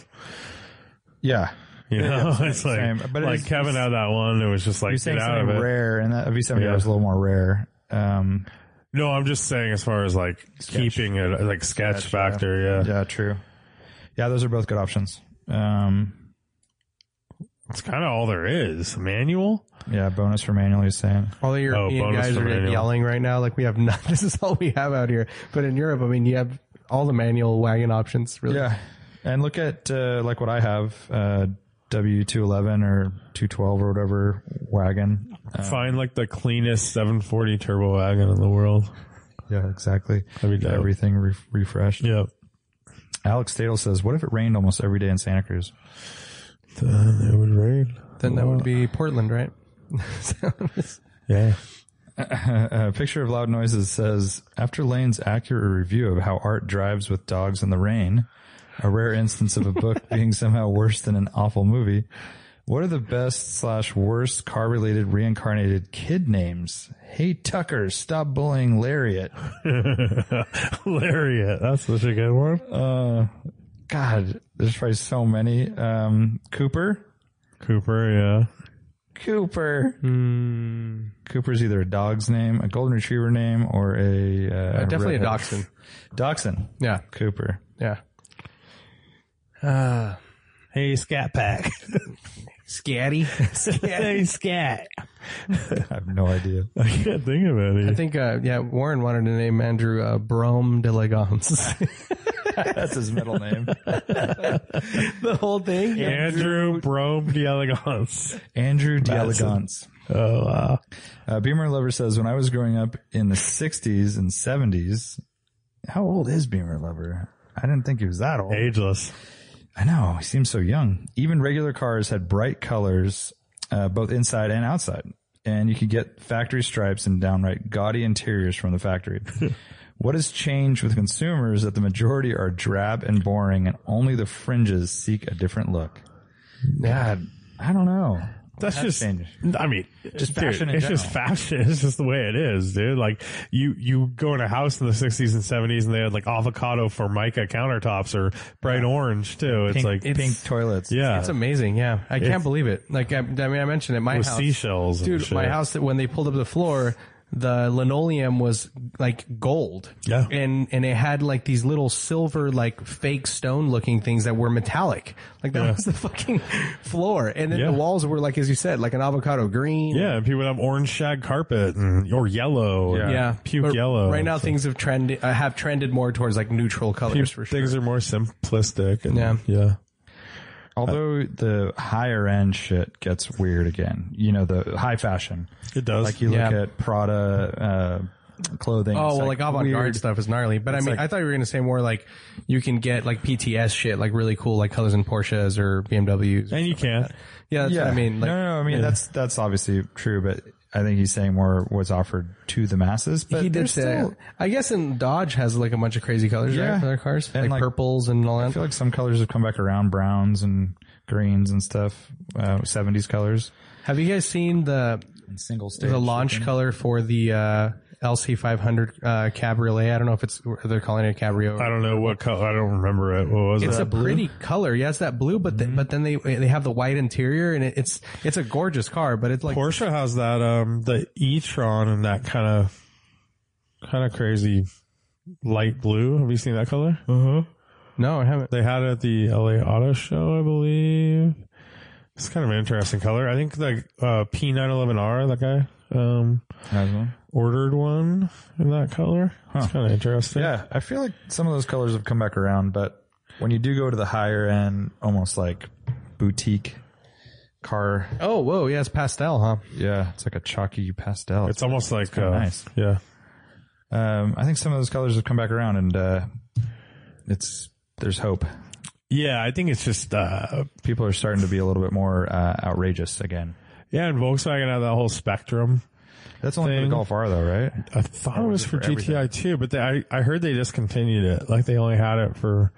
A: <laughs>
F: yeah,
A: You know, it's like,
F: same. But it
A: like
F: is-
A: Kevin had that one. It was just like,
F: you're saying
A: get out of
F: something
A: it.
F: rare, and that V70
A: Yeah.
F: is a little more rare. Um,
A: No, I'm just saying as far as like keeping it like sketch, factor. Yeah.
F: yeah, true. Yeah, those are both good options. Um,
A: It's kind of all there is. Manual.
F: yeah, bonus for manual. He's saying
G: All the European
A: bonus
G: guys
A: for
G: are like,
A: manual.
G: yelling right now. Like, we have not, <laughs> this is all we have out here. But in Europe, I mean, you have all the manual wagon options, really.
F: Yeah, and look at uh, like what I have uh, W two eleven or two twelve or whatever wagon.
A: Find like the cleanest 740 turbo wagon in the world.
F: Yeah, exactly.
A: That'd be dope.
F: Everything re- refreshed.
A: Yep.
F: Alex Stadel says, "What if it rained almost every day in Santa Cruz?"
A: Then it would rain.
G: Then that would be Portland, right? <laughs> So,
A: Yeah.
F: A Uh, picture of loud noises says, "After Lane's accurate review of how art drives with dogs in the rain, a rare instance of a book being somehow worse than an awful movie." What are the best slash worst car related reincarnated kid names? Hey Tucker, stop bullying Lariat.
A: <laughs> Lariat. That's such a good one.
F: God, there's probably so many. Um, Cooper,
A: Cooper.
F: Cooper. Cooper's either a dog's name, a golden retriever name, or a uh,
G: definitely a
F: redhead.
G: dachshund.
F: Dachshund.
G: Yeah.
F: Cooper.
G: Yeah.
A: Yeah. Hey, Scat Pack.
G: Scatty.
A: hey, Scat.
F: <laughs> I have no idea.
A: I can't think of
G: I
A: any.
G: think, uh, yeah, Warren wanted to name Andrew uh, Brome de la <laughs> Goms.
F: That's his middle name.
G: the whole thing.
A: Andrew Brome de Elegance.
F: Andrew D'Elegance.
A: Oh, wow.
F: Uh, Beamer Lover says, when I was growing up in the 60s and 70s, how old is Beamer Lover? I didn't think he was that old.
A: Ageless.
F: I know. He seems so young. Even regular cars had bright colors uh, both inside and outside. And you could get factory stripes and downright gaudy interiors from the
A: <laughs>
F: factory. what has changed with consumers that the majority are drab and boring and only the fringes seek a different look? God, I don't know.
A: That's
F: Has
A: just,
F: changed.
A: I mean,
F: Just
A: dude,
F: fashion in
A: it's just
F: general.
A: fashion. <laughs> It's just the way it is, dude. Like you, you go in a house in the sixties and seventies and they had like avocado formica countertops or bright orange too. It's
F: Pink,
A: like,
G: it's-
F: pink toilets.
A: yeah,
G: It's amazing. Yeah, I can't believe it. Like I, I mean, I mentioned at my
A: With
G: house,
A: seashells and
G: Dude,
A: shit.
G: my house that when they pulled up the floor, the linoleum was like gold.
A: Yeah.
G: and and it had like these little silver like fake stone looking things that were metallic. Like that was the fucking floor, and then
A: Yeah.
G: the walls were like as you said, like an avocado green.
A: yeah. And people would have orange shag carpet and or yellow, and
G: Yeah,
A: puke
G: But
A: yellow.
G: Right now,
A: It's like-
G: things have trended uh, have trended more towards like neutral colors for sure.
A: Things are more simplistic. And,
G: Yeah.
A: yeah. Yeah.
F: Although the higher end shit gets weird again, you know, the high fashion.
A: It does.
F: Like you
G: Yeah.
F: look at Prada uh, clothing.
G: Oh
F: it's
G: well, like, avant garde
F: weird.
G: stuff is gnarly, but I mean,
F: like-
G: I thought you were gonna say more like you can get like PTS shit, like really cool, like colors in Porsches or BMWs.
A: and you can't.
G: yeah, that's
F: Yeah,
G: what I mean. Like,
F: no, no, no, I mean that's that's obviously true, but I think he's saying more what's offered to the masses. But
G: he did
F: there's
G: say.
F: still,
G: that. I guess in Dodge has like a bunch of crazy colors,
F: Yeah.
G: right, for their cars,
F: And,
G: like,
F: like-
G: purples and all
F: I
G: that.
F: feel like some colors have come back around, browns and greens and stuff, uh, seventies colors.
G: Have you guys seen the
F: And single stage.
G: the launch color for the uh, LC500 uh, Cabriolet? I don't know if it's they're calling it a Cabrio.
A: I don't know what color. I don't remember it. What was
G: It's
A: it?
G: a pretty color. Yeah, it's that blue, but the, but then they they have the white interior, and it, it's it's a gorgeous car, but it's like
A: Porsche has that um the e-tron and that kind of kind of crazy light blue. Have you seen that color? Uh-huh.
G: no, I haven't.
A: They had it at the LA Auto Show, I believe. It's kind of an interesting color. I think the uh, P911R, that guy, um, ordered one in that color. It's kind of interesting.
F: Yeah, I feel like some of those colors have come back around, but when you do go to the higher end, almost like boutique car,
G: Oh, whoa, yeah, it's pastel, huh?
F: yeah, it's like a chalky pastel.
A: It's almost like uh,
F: kinda nice.
A: Yeah.
F: um, I think some of those colors have come back around, and uh, it's there's hope.
A: Yeah, I think it's just uh,
F: People are starting to be a little bit more uh, outrageous again.
A: yeah, and Volkswagen had that whole spectrum.
F: That's only for
A: Thing.
F: the Golf R, though, right?
A: I thought it was
F: it
A: for,
F: for everything?
A: GTI too, but they, I I heard they discontinued it. Like they only had it for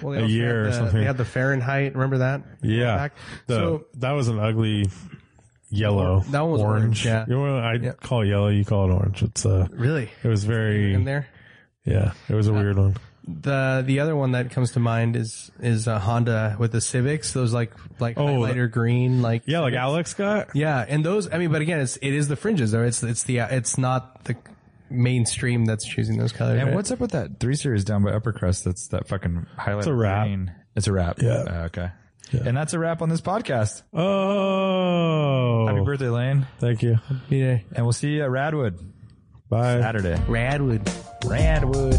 G: Well,
A: A
G: also
A: year
G: had
A: or
G: the-
A: something.
G: They had the Fahrenheit. Remember that?
A: yeah.
G: Back.
A: The-
G: So-
A: that was an ugly yellow.
G: That one was orange, yeah.
A: You know what I call it yellow, you call it orange. It's uh,
G: Really?
A: it was very
G: In there.
A: yeah. It was a weird one.
G: The the other one that comes to mind is is uh, Honda with the Civics. Those like like
A: Oh, the-
G: lighter green, like
A: Yeah, like Alex got.
G: yeah, and those. I mean, but again, it's it is the fringes though. It's it's the uh, it's not the mainstream that's choosing those colors.
F: And
G: right?
F: what's up with that three series down by upper crust? That's that fucking highlight. It's
A: a wrap.
F: It's a wrap.
A: Yeah.
F: Uh, okay. And that's a wrap on this podcast.
A: Oh,
F: Happy birthday, Lane.
A: thank you.
G: yeah.
F: And we'll see you at Radwood
A: Bye.
F: Saturday.
G: Radwood. <laughs>
F: Radwood.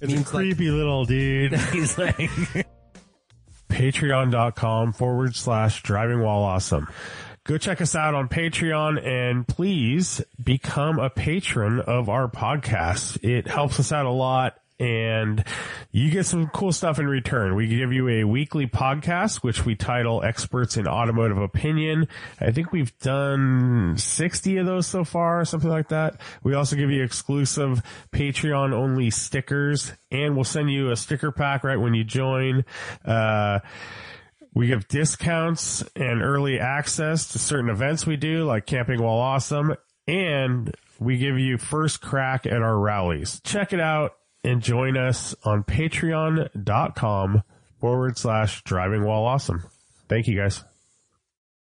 A: It's a
G: Means like-
A: creepy little dude.
G: He's like
A: patreon.com forward slash driving while awesome. Go check us out on Patreon and please become a patron of our podcast. It helps us out a lot and you get some cool stuff in return. We give you a weekly podcast, which we title experts in automotive opinion. I think we've done 60 of those so far, something like that. We also give you exclusive Patreon only stickers and we'll send you a sticker pack right when you join. Uh, we give discounts and early access to certain events we do, like Camping While Awesome, and we give you first crack at our rallies. Check it out and join us on patreon.com forward slash driving while awesome. Thank you guys.